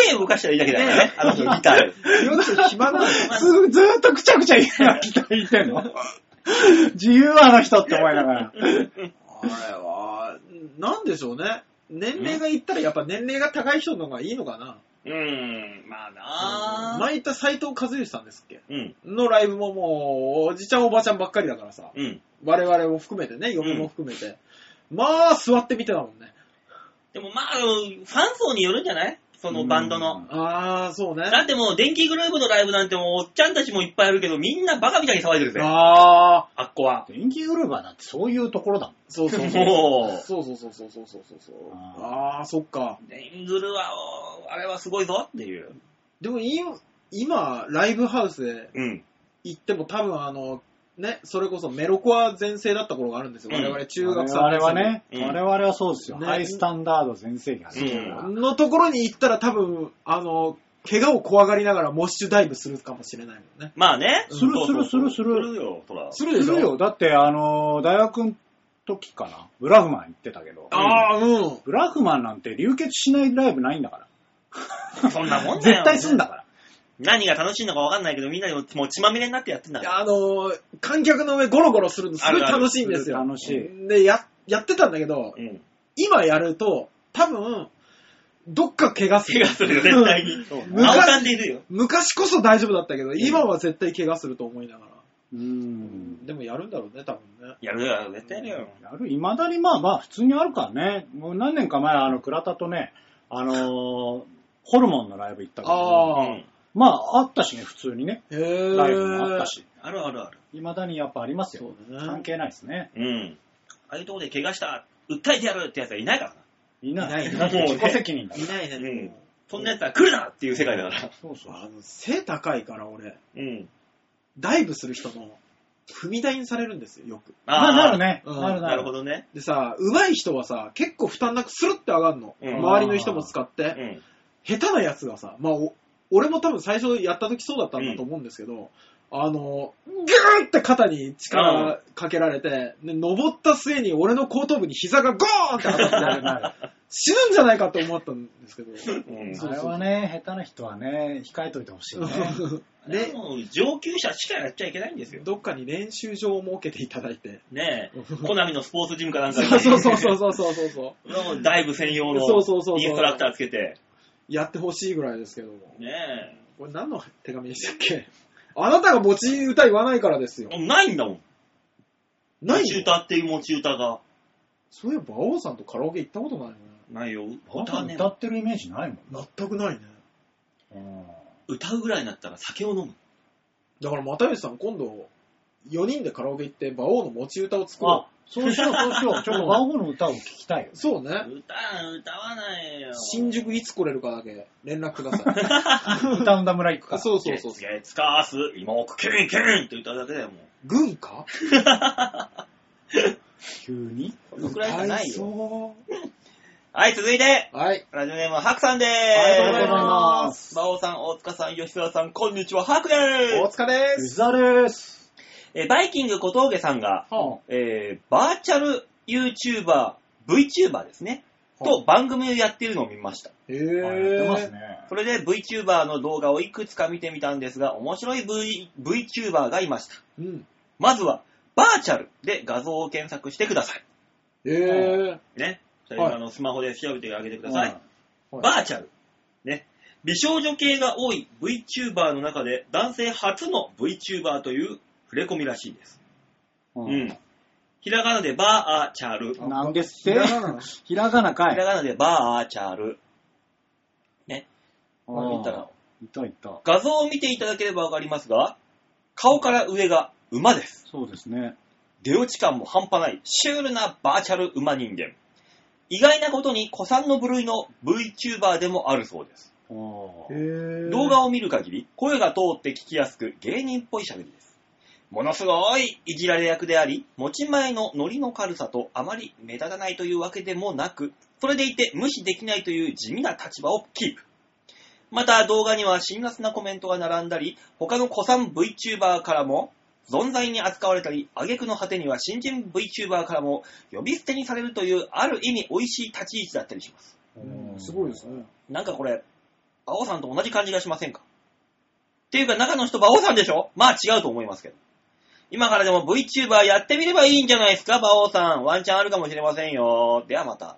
手動かしたらいいだけだからね。あの人ギタ ー。よっちゃん暇なのずずーっとくちゃくちゃ言いながらギター弾いてんの。自由あの人って思いながら。あれは、なんでしょうね。年齢がいったらやっぱ年齢が高い人の方がいいのかな。うん。まあな前行った斎藤和義さんですっけうん。のライブももう、おじちゃんおばちゃんばっかりだからさ。うん。我々も含めてね、嫁も含めて。まあ、座って見てたもんね。でもまあ、ファン層によるんじゃないそのバンドの。ああ、そうね。だってもう、電気グループのライブなんてもう、おっちゃんたちもいっぱいあるけど、みんなバカみたいに騒いでるぜ。あああ、っこは。電気グルーバーなんてそういうところだもん。そうそうもうそう。そうそうそうそうそうそうそう。あああー、そっか。電気グルは、あれはすごいぞっていう。でも今、今、ライブハウスでうん。行っても多分あの、ね、それこそメロコア全盛だった頃があるんですよ。うん我々中学生我々はね、うん我々はそうですよ。ねハイスタンダード全盛期が好きだから。のところに行ったら多分、あの、怪我を怖がりながらモッシュダイブするかもしれないもんね。まあね。するするするするするよ、ほら。するすでしょるよ。だって、あの、大学の時かな。ブラフマン行ってたけど。ああ、うん。ブラフマンなんて流血しないライブないんだかそんなもんだら。よ。絶対すんだから。何が楽しいのか分かんないけど、みんなでももう血まみれになってやってんだから。あの、観客の上ゴロゴロするのすごい楽しいんですよ。あるあるする楽で、や、やってたんだけど、うん。今やると、多分、どっか怪我す怪る我。するよ、絶対に。昔青さんでいるよ。昔こそ大丈夫だったけど、今は絶対怪我すると思いながら。うん。でもやるんだろうね、多分ね。やるよ、絶対やるよ。やる、未だにまあまあ普通にあるからね。もう何年か前、あの、倉田とね、あのーホルモンのライブ行ったけど、あうーん。まああったしね、普通にね。へぇライブもあった。し。あるあるある。未だにやっぱありますそよ。うだ関ね。係ないですね。うん。ああいうとこで怪我した、訴えてやるってやつはいないからな。いない。いないだって自己責任だからいないね。でもそんなやつは来るなっていう世界だから。そうそう。あの背高いから俺、うん。ダイブする人の踏み台にされるんですよ、よく。まあ、なる。ね。うんなるななるるほ。どね。でさ、上手い人はさ、結構負担なくスルって上がるの。うん周りの人も使っうて。ん。下手なやつがさ、まあ、お俺も多分最初やった時そうだったんだと思うんですけど、あの、ぐーって肩に力かけられて、で登った末に俺の後頭部に膝がゴーンって当たってな るなる死ぬんじゃないかと思ったんですけど。 うん。あれはね、下手な人はね、控えといてほしいね。でで、も上級者しかやっちゃいけないんですよ。どっかに練習場を設けていただいて。ねえ。コナミのスポーツジムかなんかそにうそうそうそうそうそうそうそう。もうダイブ専用のそうそうそうそうインストラクターつけて。やってほしいぐらいですけども。ねこれ何の手紙でしたっけあなたが持ち歌言わないからですよ。え。ないんだもん。ない持ちの歌っていう持ち歌が。そういえば、馬王さんとカラオケ行ったことないね。ないよ。本歌当はにね歌、ってるイメージないもん。全くないね。うん歌うぐらいになったら酒を飲む。だから、又吉さん、今度、4人でカラオケ行って、馬王の持ち歌を作ろあ、そうしよう、そうしよう。ちょっとバオの歌を聞きたいよう。。そうね。歌、歌わないよ。新宿いつ来れるかだけ連絡くださ い。歌うんだ村行くかあら。そうそそううそそううそ。そうう。月火す、今奥キュンキュンって歌うだけだよ、も軍か急に。う。そのくらいしかない歌よ。そはい、続いて、うはい。ラジオネームはハクさんでーあす。。りがとうございます馬王さん、大塚さん、吉沢さん、こんにちは、ハクで大ーす。塚でうす。ざです。えーバイキング小峠さんが、えーバーチャル YouTuber、VTuber ですね。と番組をやってるのを見ました。あへやってますぇね。それで VTuber の動画をいくつか見てみたんですが、面白い、v、VTuber がいました。うん。まずは、バーチャルで画像を検索してください。へぇね。それはいあのスマホで調べてあげてください。はいはいバーチャル。ね。美少女系が多い VTuber の中で男性初の VTuber という触れ込みらしいです。うう。ん。ひらがなでバーチャル。ひなんですってひらがなのひらがなからい。がなでバーチャル。あー見たら。いたいた。画像を見ていただければわかりますが、顔から上が馬です。そうですね。出落ち感も半端ないシュールなバーチャル馬人間。意外なことに古参の部類の VTuber でもあるそうです。あー動動画を見る限り、声が通って聞きやすく芸人っぽい喋りです。ものすごいいじられ役であり、持ち前のノリの軽さとあまり目立たないというわけでもなく、それでいて無視できないという地味な立場をキープ。また動画には辛辣なコメントが並んだり、他の古参 VTuber からも、存在に扱われたり、挙句の果てには新人 VTuber からも呼び捨てにされるというある意味美味しい立ち位置だったりします。うんすごいですね。なんかこれ、馬王さんと同じ感じがしませんかっていうか中の人馬王さんでしょまあ違うと思いますけど。今からでも VTuber やってみればいいんじゃないですか馬王さん。ワンチャンあるかもしれませんよ。ではまた。あ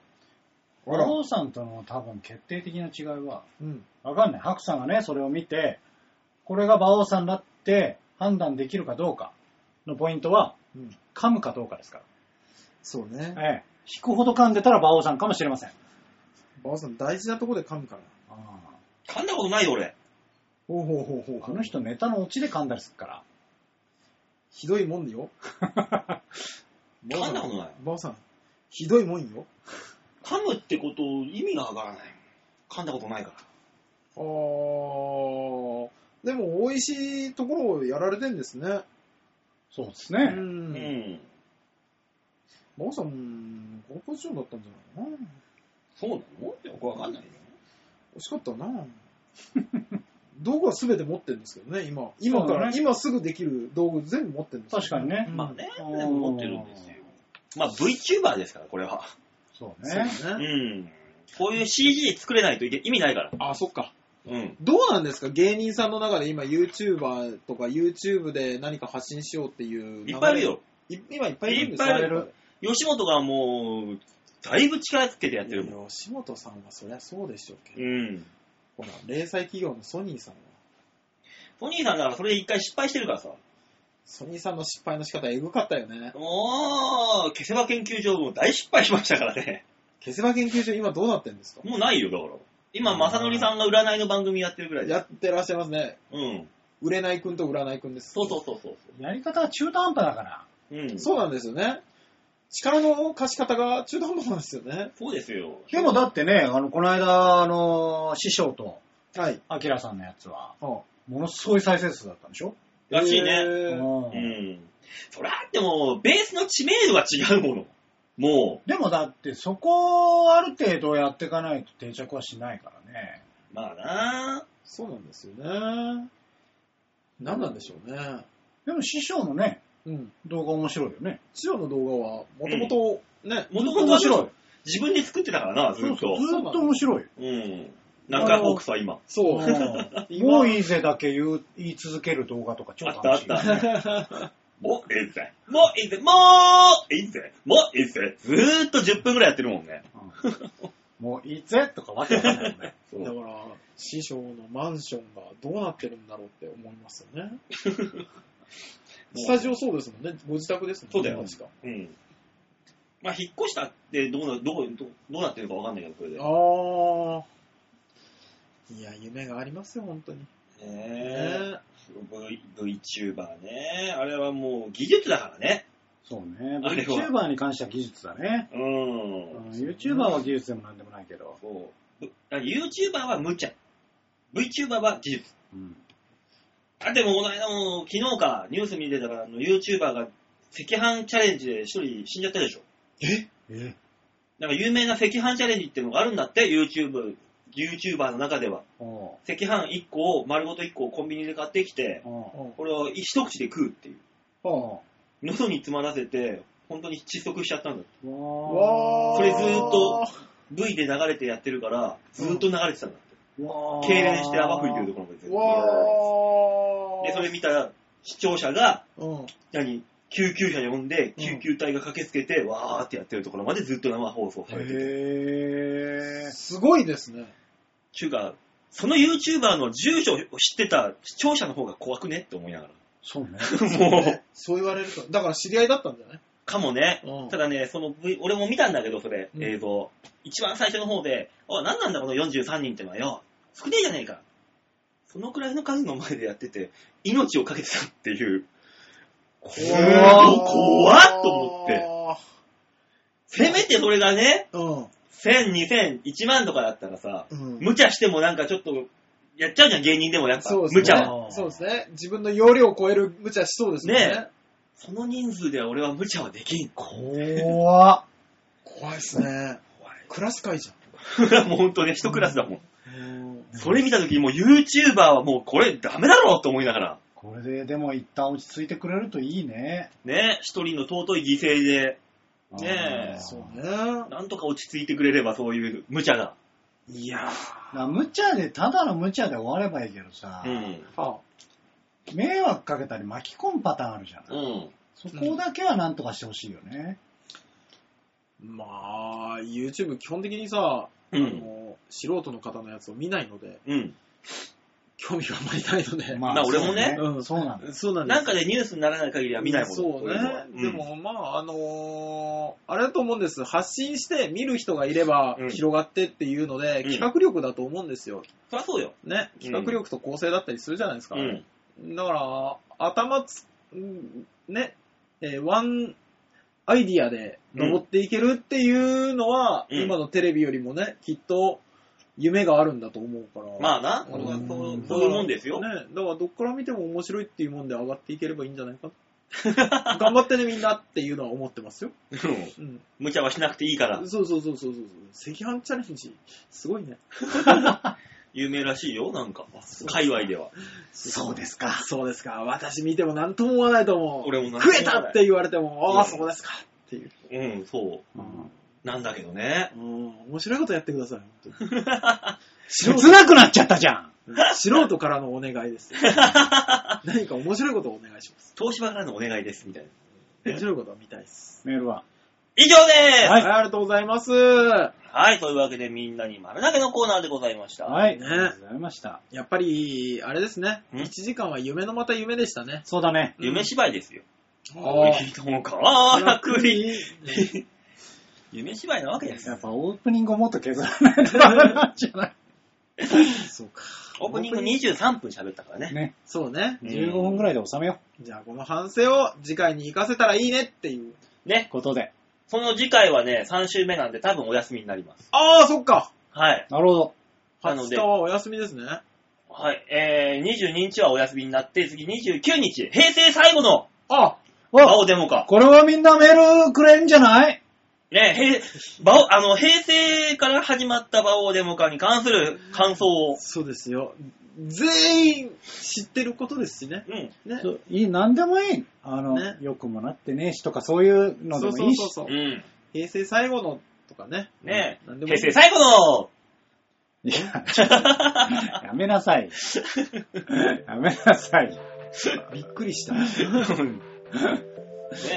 馬ら。王さんとの多分決定的な違いは、うん。わかんない。白さんがね、それを見て、これが馬王さんだって判断できるかどうかのポイントは、うん。噛むかどうかですかそうね。ら。ええ。引くほど噛んでたら馬王さんかもしれません。ばあさん大事なとこで噛むから。噛んだことないよ俺。ほうほうほうほうあの人ネタのオチで噛んだりするから。ひどいもん よ。噛んだことない。ばあさん、ひどいもんよ。噛むってこと意味がわからない。噛んだことないから。あー。でも、美味しいところをやられてんですね。そうですう。ね。うんん。ばあさん、高校長だったんじゃないかな。そうなのよくわかんないよ。惜しかったな道具は全て持ってるんですけどね、今。今かそうだら、ね今すぐできる道具全部持ってるんですよ確かにね。うんまあね、あー持ってるんですよ。まあ VTuber ですから、これは。そうそうだね。ね。うん。こういう CG 作れないと意味ないから。あ、そっか。うん。どうなんですか芸人さんの中で今 YouTuber とか YouTube で何か発信しようっていう。いっぱいいる。よ。い今いっぱいいるんですいっぱいいる吉本がもう、だいぶ力つけてやってるもん。吉本さんはそりゃそうでしょうけうど。ん。ほら、零細企業のソニーさんは。ソニーさんだからそれで一回失敗してるからさ。ソニーさんの失敗の仕方エグかったよね。おー、消せば研究所も大失敗しましたからね。消せば研究所今どうなってるんですかもうないよ、だから。今、正則さんが占いの番組やってるぐらいでやってらっしゃいますね。うん。売れないくんと売らないくんです。そうそうそうそう。やり方は中途半端だから。うん。そうなんですよね。力の貸し方が中途半端なんですよね。そうですよ。でもだってね、あの、この間、あの、師匠と、はい。アキラさんのやつは、はものすごい再生数だったんでしょあらしいねう。えうーんん。そりゃ、でも、ベースの知名度が違うもの。もでもだって、そこをある程度やっていかないと定着はしないからね。う、まあなそうなんですよね。何なんでしょうね。でも師匠のね、うん。動画面白いよね。千代の動画は、もともと、ね、もともと面白い。自分で作ってたからな、ずそっうそう、と。ずっと面白い。うん。なんかフォークスは今。そう。うん今もういいぜだけ言う言い続ける動画とか超あったあ楽っしい。た。もういいぜ。もういいぜ。もういいぜ。もういいぜ。ずーっと10分ぐらいやってるもんね。うんもういいぜとかわけわかんないよね。 そだうから、師匠のマンションがどうなってるんだろうって思いますよ ね。スタジオそうですもんね。ご自宅ですもんそね。うだよ確か。うん。まあ、引っ越したってどうな、どう、どうどうなってるかわかんないけど、これで。あー。いや、夢がありますよ、本当に。ねえ。V、VTuber ね。あれはもう技術だからね。そうね。あれは VTuber に関しては技術だね。う。うんん YouTuber は技術でもなんでもないけど。そう。だから YouTuber は無茶。VTuber は技術。うんあ、でもこの間も、昨日か、ニュース見てたから、あの YouTuber が赤飯チャレンジで一人死んじゃったでしょ。えなんか有名な赤飯チャレンジっていうのがあるんだって、YouTube、YouTuber の中では。おう赤飯1個を、丸ごと1個をコンビニで買ってきて、おうこれを一口で食うっていう。お喉に詰まらせて、本当に窒息しちゃったんだって。うわわー。それずーっと V で流れてやってるから、ずーっと流れてたんだって。痙攣して泡吹いてるところまで全部わー。で、それ見た視聴者が、うん。何救急車呼んで、うん救急隊が駆けつけて、わーってやってるところまでずっと生放送されてて。へぇー。すごいですね。中華、その YouTuber の住所を知ってた視聴者の方が怖くねって思いながそうね。ら。もう、そう言われると。だから知り合いだったんじゃないかもねうん。ただね、その V、俺も見たんだけど、それ、うん映像。一番最初の方で、おい、何なんだこの43人ってのはよ。少ねえじゃねえか。そのくらいの数の前でやってて、命をかけてたっていう。怖っ怖っと思って。せめてそれがね、1000、2000、1万とかだったらさ、うん。うん。無茶してもなんかちょっと、やっちゃうじゃん、芸人でもやっぱ。そうですね。無茶は。はそうですね。自分の容量を超える無茶しそうですよね。ねその人数では俺は無茶はできん。怖っ。怖いですね。クラス会じ怖い。もうほんとね、一クラスだもん。ゃん。それ見た時にもう YouTuber はもうこれダメだろうと思いながら。これで、でも一旦落ち着いてくれるといいね。ね、一人の尊い犠牲で、ねあえーそうね。なんとか落ち着いてくれればそういう無茶が。いやな無茶で、ただの無茶で終わればいいけどさ、うん。ー。迷惑かけたり巻き込むパターンあるじゃん。うん。そこだけはなんとかしてほしいよね。まあ、YouTube 基本的にさ、うあん。の素人の方のやつを見ないので、うん。興味があんまりないので。まあ俺もねそうだそうなんだ。そうなんですなんかでニュースにならない限りは見ないもんそうね。で、も、まあ、あのーあれだと思うんです。発信して見る人がいればうん広がってっていうので、うん企画力だと思うんですよ。そりゃそうよ。ね。企画力と構成だったりするじゃないですか。うん。だから、頭つ、うんね、えーワンアイディアで登っていけるっていうのは、うん今のテレビよりもね、きっと夢があるんだと思うから。まあな、うん俺はそうそういうもんですよ。ね、だからどっから見ても面白いっていうもんで上がっていければいいんじゃな いかな。頑張ってねみんなっていうのは思ってますよ。うんうん。無茶はしなくていいから。そうそうそうそうそうそう。赤飯チャレンジ、すごいね。有名らしいよ、なんか。あそう界隈では。そうですか。そうですか。私見ても何とも思わないと思う。俺もなんとも思わ食ないえたって言われても、ああ、うんそうですか。っていう。うん、そう。なんだけどね。うん、面白いことやってください。本当に素切人なくなっちゃったじゃん。 素人からのお願いです。何か面白いことをお願いします。東芝からのお願いです、みたいな。面白いことは見たいです。メールは。以上でーすは、はいいありがとうございます。ね、い、というわけでみんなに丸投げのコーナーでございました。はい。ねありがとうございました。やっぱり、あれですね。ん1時間は夢のまた夢でしたね。そうだね。夢芝居ですよ。あいいともかわらくり。夢芝居なわけですやよ。っぱオープニングをもっと削らないとダメなんじゃないそうか。オープニング23分喋ったからね。ね。そう ね。うん15分ぐらいで収めよじゃあ、この反省を次回に活かせたらいいねっていう。う。ね。ことで。その次回はね、3週目なんで多分お休みになります。ああ、そっか。はい。なるほど。なの20で日はお休みですね。はい。えー、22日はお休みになって、次29日、平成最後のあバおオデモか。これはみんなメールくれんじゃないね、平、バオ、あの、平成から始まったバオデモかに関する感想を。そうですよ。全員知ってることですしね。うん。ね。そういい、なんでもいい。あの、ねよくもなってねえしとかそういうのでそもいうそういそうし。そうう。ん。平成最後のとかね。ねうんなんでもい平い成最後のいや、ちょっとやめなさい。やめなさい。びっくりした。ね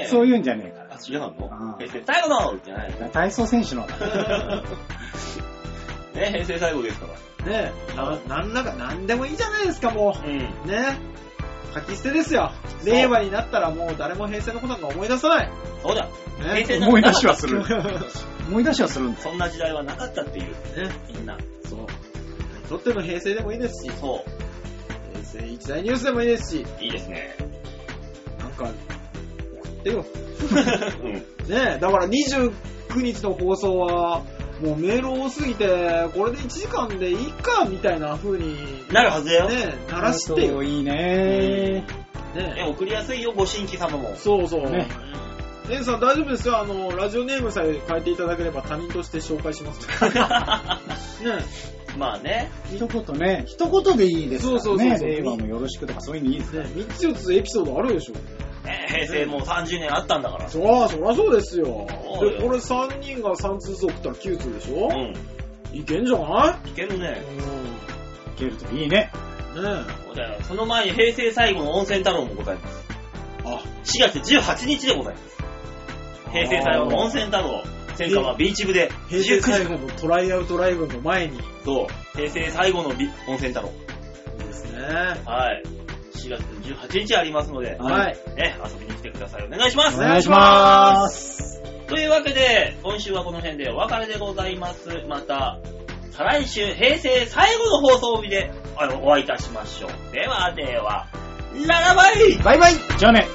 そうう。いうんじゃねえから。あ、違うのあー平成最後のじゃないのね体操選手のだ。 平成最後ですから。ねな、なんらか、なんでもいいじゃないですか、もうん。う。ね。書き捨てですよ。令和になったらもう誰も平成のことなんか思い出さない。そうだ。ね。平成思い出しはする。 ね。思い出しはするんです。 そんな時代はなかったっていう、みんな。そう。とっての平成でもいいですし、そ平成一大ニュースでもいいですし、う。いいですね。なんか、送ってよ。 うん。ねえ、だから29日の放送は、もうメール多すぎて、これで1時間でいいか、みたいな風に、ねなるはずだよ。え、鳴らしてよ。ねいいね。ねえ。送りやすいよ、ご新規様 も。そうそう。ね姉さん大丈夫ですよ。あの、ラジオネームさえ変えていただければ他人として紹介します ので。ねまあね。一言ね、一言でいいですからね。そうそうそうそう令和もよろしくとかそういうのいいですえ、ね。ねえ、3つ4つエピソードあるでしょ。ね平成もう30年あったんだから。そら、そらそうですよ。で、そうよこれ3人が3通ずつ送ったら9通でしょ、ういけんじゃないん。いけるうね。ん。いけるといいね。ねそえ。うだよ。その前に平成最後の温泉太郎もございます。あ、 4月18日でございます。平成最後の温泉太郎。戦火はビーチ部で平成19最時後のトライアウトライブの前にそう、平成最後のビ温泉太郎。ですね。はい。4月18日ありますので、はい。ね、遊びに来てください。お願いしますお願いします。というわけで、今週はこの辺でお別れでございます。また、再来週、平成最後の放送日であのお会いいたしましょう。ではでは、ララバイバイバイじゃあね。